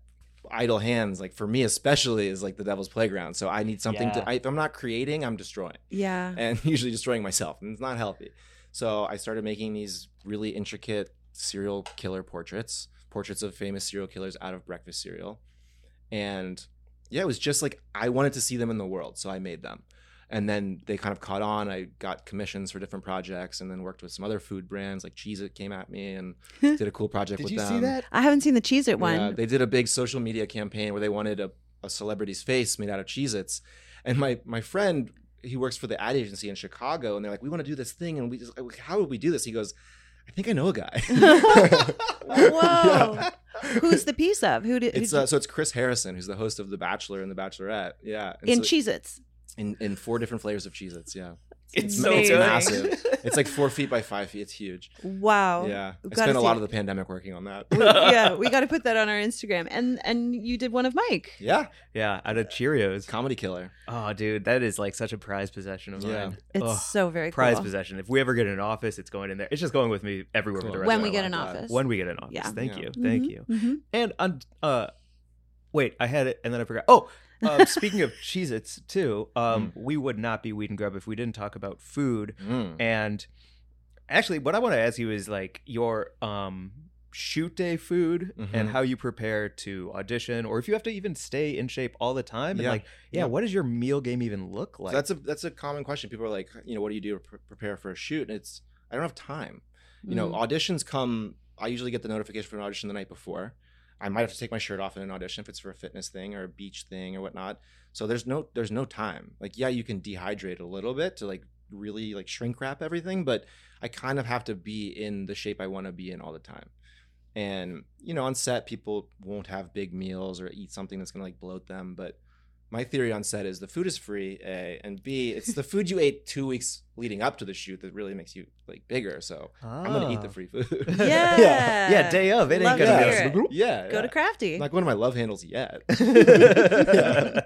Speaker 4: idle hands, like for me especially, is like the devil's playground. So I need something
Speaker 2: Yeah.
Speaker 4: to. I, if I'm not creating, I'm destroying
Speaker 3: Yeah.
Speaker 4: and [laughs] usually destroying myself and it's not healthy so i started making these really intricate serial killer portraits portraits of famous serial killers out of breakfast cereal and yeah it was just like i wanted to see them in the world so i made them and then they kind of caught on i got commissions for different projects and then worked with some other food brands like cheese it came at me and did a cool project with them
Speaker 3: I haven't seen the Cheez It one. [laughs]
Speaker 4: [laughs] yeah, they did a big social media campaign where they wanted a a celebrity's face made out of Cheez-Its. And my my friend, he works for the ad agency in Chicago, and they're like, we want to do this thing, and we just, how would we do this? He goes, I think I know a guy. [laughs]
Speaker 3: Whoa.
Speaker 4: Yeah.
Speaker 3: Who's the piece of? Who did?
Speaker 4: It's
Speaker 3: who
Speaker 4: uh, so it's Chris Harrison, who's the host of The Bachelor and The Bachelorette. Yeah, And
Speaker 3: did, in
Speaker 4: so-
Speaker 3: Cheez Its.
Speaker 4: in in four different flavors of Cheez-Its. Yeah,
Speaker 2: It's
Speaker 4: It's
Speaker 2: so
Speaker 3: Amazing.
Speaker 2: good.
Speaker 4: massive. It's like four feet by five feet. It's huge.
Speaker 3: [laughs] Wow.
Speaker 4: yeah,
Speaker 3: Oh, we've
Speaker 4: I
Speaker 3: gotta
Speaker 4: spent a lot
Speaker 3: see
Speaker 4: of the pandemic working on that.
Speaker 3: We- yeah, we
Speaker 4: [laughs]
Speaker 3: got to put that on our Instagram. And and you did one of Mike.
Speaker 4: yeah,
Speaker 2: Yeah, out of Cheerios.
Speaker 4: comedy killer.
Speaker 2: Oh, dude, that is like such a prized possession of
Speaker 4: Yeah.
Speaker 2: mine.
Speaker 3: It's
Speaker 2: Ugh,
Speaker 3: so very
Speaker 2: prized
Speaker 3: cool.
Speaker 2: possession. If we ever get an office, it's going in there. It's just going with me everywhere.
Speaker 4: Cool.
Speaker 2: For the rest
Speaker 3: When
Speaker 2: of
Speaker 3: we
Speaker 2: my
Speaker 3: get
Speaker 2: life.
Speaker 3: an
Speaker 4: Yeah.
Speaker 3: office.
Speaker 2: When we get an office.
Speaker 3: Yeah.
Speaker 2: Thank
Speaker 4: Yeah.
Speaker 2: you. Thank
Speaker 3: Mhm,
Speaker 2: you.
Speaker 3: mhm.
Speaker 2: And on uh wait, I had it and then I forgot. Oh,
Speaker 3: [laughs]
Speaker 2: um, speaking of Cheez Its too, um, we would not be Weed and Grub if we didn't talk about food.
Speaker 4: Mm.
Speaker 2: And actually what I want to ask you is like your um shoot day food and
Speaker 4: Mhm.
Speaker 2: how you prepare to audition or if you have to even stay in shape all the time and
Speaker 4: Yeah.
Speaker 2: like yeah,
Speaker 4: Yeah.
Speaker 2: what does your meal game even look like?
Speaker 4: So that's a that's a common question. People are like, you know, what do you do to pr- prepare for a shoot? And it's I don't have time. You know,
Speaker 3: Mm.
Speaker 4: auditions come. I usually get the notification for an audition the night before. I might have to take my shirt off in an audition if it's for a fitness thing or a beach thing or whatnot. So there's no there's no time. Like yeah, you can dehydrate a little bit to like really like shrink wrap everything, but I kind of have to be in the shape I want to be in all the time. And you know, on set people won't have big meals or eat something that's going to like bloat them, but my theory on set is the food is free, A, and B, it's the food you ate 2 weeks leading up to the shoot that really makes you like bigger. So, I'm going to eat the
Speaker 2: Ah.
Speaker 4: free food.
Speaker 3: Yeah.
Speaker 4: [laughs]
Speaker 2: Yeah. yeah, day of. It ain't
Speaker 3: Love
Speaker 2: gonna
Speaker 4: to
Speaker 2: be [laughs]
Speaker 4: hear
Speaker 2: a-
Speaker 3: it.
Speaker 4: yeah.
Speaker 3: Go
Speaker 4: yeah.
Speaker 3: to Crafty.
Speaker 4: Not one of my love handles yet. [laughs] Yeah.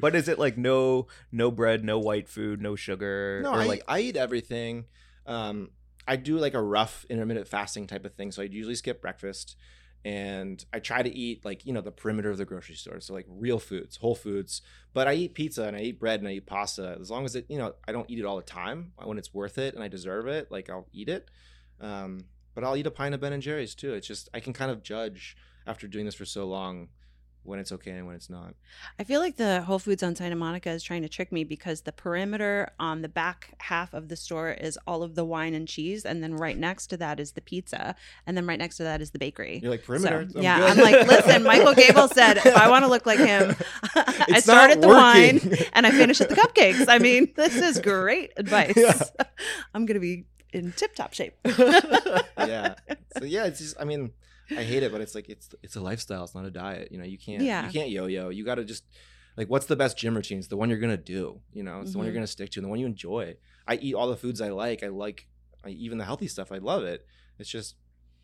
Speaker 2: but is it like no no bread, no white food, no sugar?
Speaker 4: No,
Speaker 2: or
Speaker 4: I,
Speaker 2: like
Speaker 4: I eat everything. Um, I do like a rough intermittent fasting type of thing. So I usually skip breakfast and I try to eat like, you know, the perimeter of the grocery store. So like real foods, whole foods. But I eat pizza and I eat bread and I eat pasta. As long as it, you know, I don't eat it all the time. uh, When it's worth it and I deserve it, like I'll eat it. Um, but I'll eat a pint of Ben and Jerry's too. It's just, I can kind of judge after doing this for so long when it's okay and when it's not.
Speaker 3: I feel like the Whole Foods on Santa Monica is trying to trick me because the perimeter on the back half of the store is all of the wine and cheese, and then right next to that is the pizza, and then right next to that is the bakery.
Speaker 4: You're like,
Speaker 3: So,
Speaker 4: perimeter. I'm
Speaker 3: yeah,
Speaker 4: good."
Speaker 3: I'm like,
Speaker 4: [laughs]
Speaker 3: listen, Michael Gable said, if I want to look like him, [laughs] I
Speaker 4: It's
Speaker 3: start
Speaker 4: not
Speaker 3: at the
Speaker 4: working.
Speaker 3: [laughs]
Speaker 4: [laughs]
Speaker 3: wine and I finish at the cupcakes. I mean, this is great advice. [laughs]
Speaker 4: Yeah.
Speaker 3: I'm going to be in tip top shape.
Speaker 4: [laughs] yeah. So yeah, it's just I mean, I hate it, but it's like it's it's a lifestyle. It's not a diet. You know, you can't
Speaker 3: Yeah.
Speaker 4: you can't yo-yo. You got to just like what's the best gym routine? It's the one you're gonna do. You know, it's the one you're
Speaker 3: Mhm.
Speaker 4: gonna stick to, and the one you enjoy. I eat all the foods I like. I like I, even the healthy stuff. I love it. It's just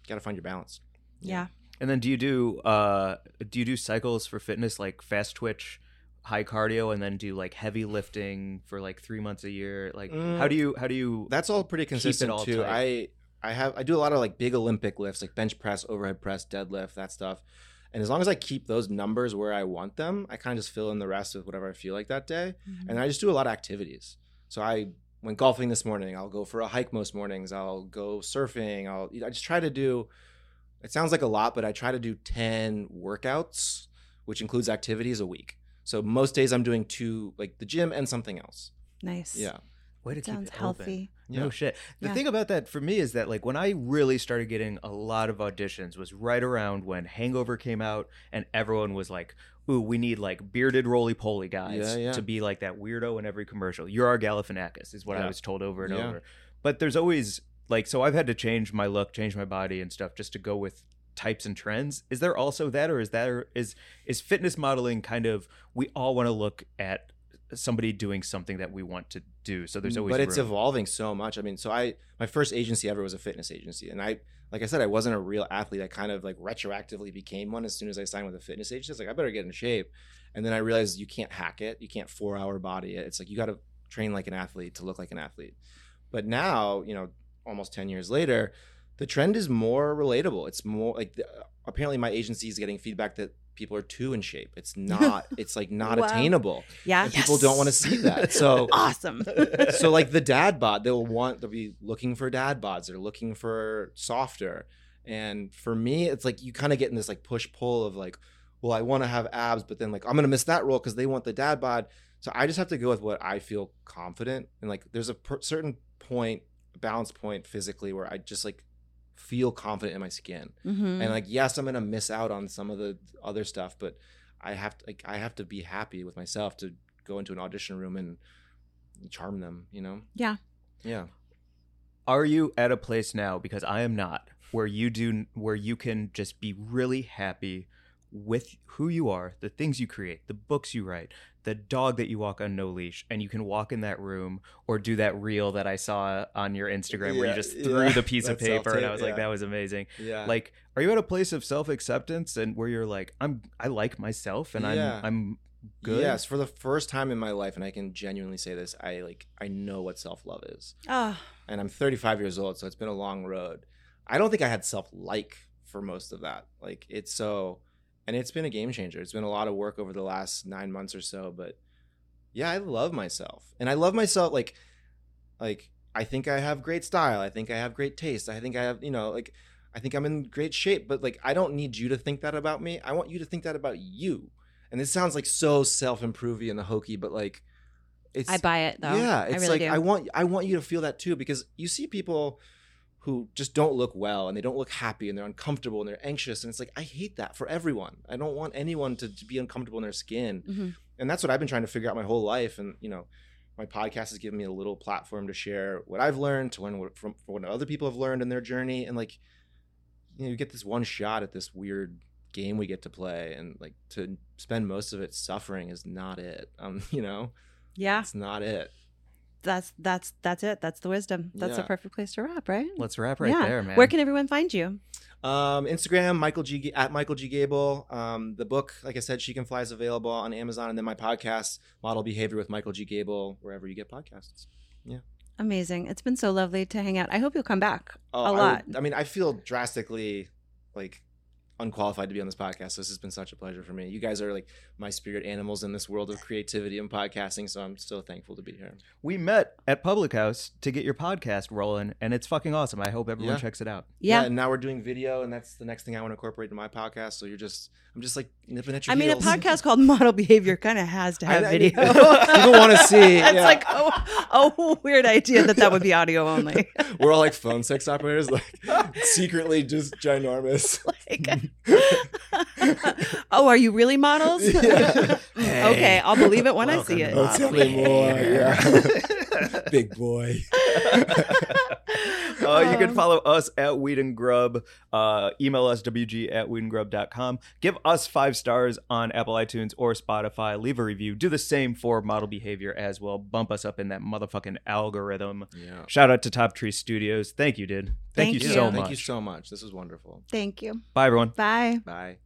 Speaker 4: gotta find your balance.
Speaker 3: [laughs] Yeah.
Speaker 2: And then do you do uh do you do cycles for fitness like fast twitch, high cardio, and then do like heavy lifting for like three months a year? Like
Speaker 4: Mm.
Speaker 2: how do you how do you
Speaker 4: That's all pretty consistent
Speaker 2: all
Speaker 4: too.
Speaker 2: tight.
Speaker 4: I I have I do a lot of like big Olympic lifts, like bench press, overhead press, deadlift, that stuff. And as long as I keep those numbers where I want them, I kind of just fill in the rest with whatever I feel like that day. and I just do a lot of activities. So I went golfing this morning. I'll go for a hike most mornings. I'll go surfing. I'll you know, I just try to do. It sounds like a lot, but I try to do ten workouts, which includes activities a week. So most days I'm doing two, like the gym and something else.
Speaker 3: nice.
Speaker 4: Yeah,
Speaker 2: way to
Speaker 3: Sounds
Speaker 2: keep it open?
Speaker 3: healthy.
Speaker 2: No
Speaker 4: Yeah.
Speaker 2: shit. The
Speaker 3: Yeah.
Speaker 2: thing about that for me is that like when I really started getting a lot of auditions was right around when Hangover came out and everyone was like, "Ooh, we need like bearded roly poly guys
Speaker 4: Yeah, yeah.
Speaker 2: to be like that weirdo in every commercial." You're our Galifianakis is what I
Speaker 4: Yeah.
Speaker 2: was told over and
Speaker 4: Yeah.
Speaker 2: over. But there's always like so I've had to change my look, change my body and stuff just to go with types and trends. Is there also that or is that or is is fitness modeling kind of we all want to look at somebody doing something that we want to do. So there's always
Speaker 4: Mm, but it's
Speaker 2: room.
Speaker 4: evolving so much. I mean, so I my first agency ever was a fitness agency, and I like I said, I wasn't a real athlete. I kind of like retroactively became one as soon as I signed with a fitness agency. I was like, I better get in shape, and then I realized you can't hack it. You can't four hour body it. It's like you got to train like an athlete to look like an athlete. But now, you know, almost ten years later, the trend is more relatable. It's more like the, apparently my agency is getting feedback that people are too in shape.
Speaker 2: [laughs]
Speaker 4: It's not. it's like not
Speaker 3: Wow.
Speaker 4: attainable,
Speaker 3: Yeah.
Speaker 2: Ah,
Speaker 4: and people don't want to see
Speaker 2: [laughs]
Speaker 4: that. So [laughs]
Speaker 3: Awesome.
Speaker 4: so like the dad bod, they'll want they'll be looking for dad bods. They're looking for softer. And for me, it's like you kind of get in this like push pull of like, well, I want to have abs, but then like I'm gonna miss that role because they want the dad bod. So I just have to go with what I feel confident. And like there's a per- certain point, balance point physically where I just like feel confident in my skin.
Speaker 3: Mhm.
Speaker 4: And like yes, I'm gonna miss out on some of the other stuff, but I have to like I have to be happy with myself to go into an audition room and charm them, you know?
Speaker 3: Yeah.
Speaker 4: Yeah.
Speaker 2: Are you at a place now because I am not where you do where you can just be really happy with who you are, the things you create, the books you write, the dog that you walk on no leash and you can walk in that room or do that reel that I saw on your Instagram where you
Speaker 4: Yeah,
Speaker 2: just
Speaker 4: yeah.
Speaker 2: threw the piece of
Speaker 4: That self-tape,
Speaker 2: paper and I was like
Speaker 4: yeah.
Speaker 2: that was amazing.
Speaker 4: Yeah.
Speaker 2: Like are you at a place of self-acceptance and where you're like I'm I like myself and
Speaker 4: Yeah.
Speaker 2: I'm I'm good?
Speaker 4: Yes, for the first time in my life, and I can genuinely say this, I like I know what self love is.
Speaker 3: Oh,
Speaker 4: And I'm 35 years old, so it's been a long road. I don't think I had self like for most of that. Like it's so and it's been a game changer. It's been a lot of work over the last nine months or so, but yeah, I love myself. And I love myself like like I think I have great style. I think I have great taste. I think I have, you know, like I think I'm in great shape, but like I don't need you to think that about me. I want you to think that about you. And this sounds like so self-improvey and hokey, but like it's
Speaker 3: I buy it though.
Speaker 4: yeah,
Speaker 3: I
Speaker 4: it's
Speaker 3: really
Speaker 4: like
Speaker 3: do.
Speaker 4: I want I want you to feel that too because you see people who just don't look well and they don't look happy and they're uncomfortable and they're anxious and it's like I hate that for everyone. I don't want anyone to, to be uncomfortable in their skin.
Speaker 3: Mhm.
Speaker 4: And that's what I've been trying to figure out my whole life and you know my podcast has given me a little platform to share what I've learned, to learn what, from, from what other people have learned in their journey and like you know you get this one shot at this weird game we get to play and like to spend most of it suffering is not it. Um [laughs] you know,
Speaker 3: yeah,
Speaker 4: it's not it.
Speaker 3: that's that's that's it. That's the wisdom. That's a
Speaker 4: Yeah.
Speaker 3: perfect place to wrap, right?
Speaker 2: Let's wrap right
Speaker 3: Yeah.
Speaker 2: there, man.
Speaker 3: Where can everyone find you?
Speaker 4: Um, Instagram, Michael G Ga- at Michael G Gable. Um, the book, like I said, She Can Fly is available on Amazon, and then my podcast, Model Behavior with Michael G Gable, wherever you get podcasts.
Speaker 3: Amazing. It's been so lovely to hang out. I hope you'll come back.
Speaker 4: Oh,
Speaker 3: A
Speaker 4: I would-
Speaker 3: lot.
Speaker 4: I mean, I feel drastically like unqualified to be on this podcast. So this has been such a pleasure for me. You guys are like my spirit animals in this world of creativity and podcasting. So I'm so thankful to be here.
Speaker 2: we met at Public House to get your podcast rolling, and it's fucking awesome. I hope everyone
Speaker 4: Yeah.
Speaker 2: checks it out.
Speaker 3: Yeah.
Speaker 4: and now we're doing video, and that's the next thing I want to incorporate in my podcast. So you're just, I'm just like nipping at your
Speaker 3: I mean, a
Speaker 4: heels.
Speaker 3: podcast called Model Behavior kind of has to
Speaker 4: I-
Speaker 3: have
Speaker 4: I-
Speaker 3: video. [laughs]
Speaker 4: People wanna see,
Speaker 3: It's
Speaker 4: yeah.
Speaker 3: like oh, oh, weird idea that that would be
Speaker 4: [laughs]
Speaker 3: audio only.
Speaker 4: [laughs]
Speaker 3: [laughs]
Speaker 4: We're all like phone sex operators, like secretly just ginormous.
Speaker 3: Like, oh, are you really models?
Speaker 4: [laughs] Yeah.
Speaker 3: [laughs] Okay, I'll believe it when I
Speaker 2: Welcome
Speaker 3: see
Speaker 2: to
Speaker 3: it.
Speaker 2: Model
Speaker 4: Oh, tell me more. Yeah. Big boy.
Speaker 2: Uh, you can
Speaker 3: Um,
Speaker 2: follow us at Weed and Grub. Uh, email us, wg at weedandgrub.com. Give us five stars on Apple iTunes or Spotify. Leave a review. Do the same for model behavior as well. Bump us up in that motherfucking algorithm.
Speaker 4: [laughs] Yeah.
Speaker 2: Shout out to Top Tree Studios. Thank you, dude. Thank,
Speaker 3: Thank
Speaker 2: you,
Speaker 3: you.
Speaker 2: so
Speaker 4: Thank
Speaker 2: much.
Speaker 4: you so much. This was wonderful.
Speaker 3: Thank you.
Speaker 2: Bye, everyone.
Speaker 3: Bye.
Speaker 4: Bye.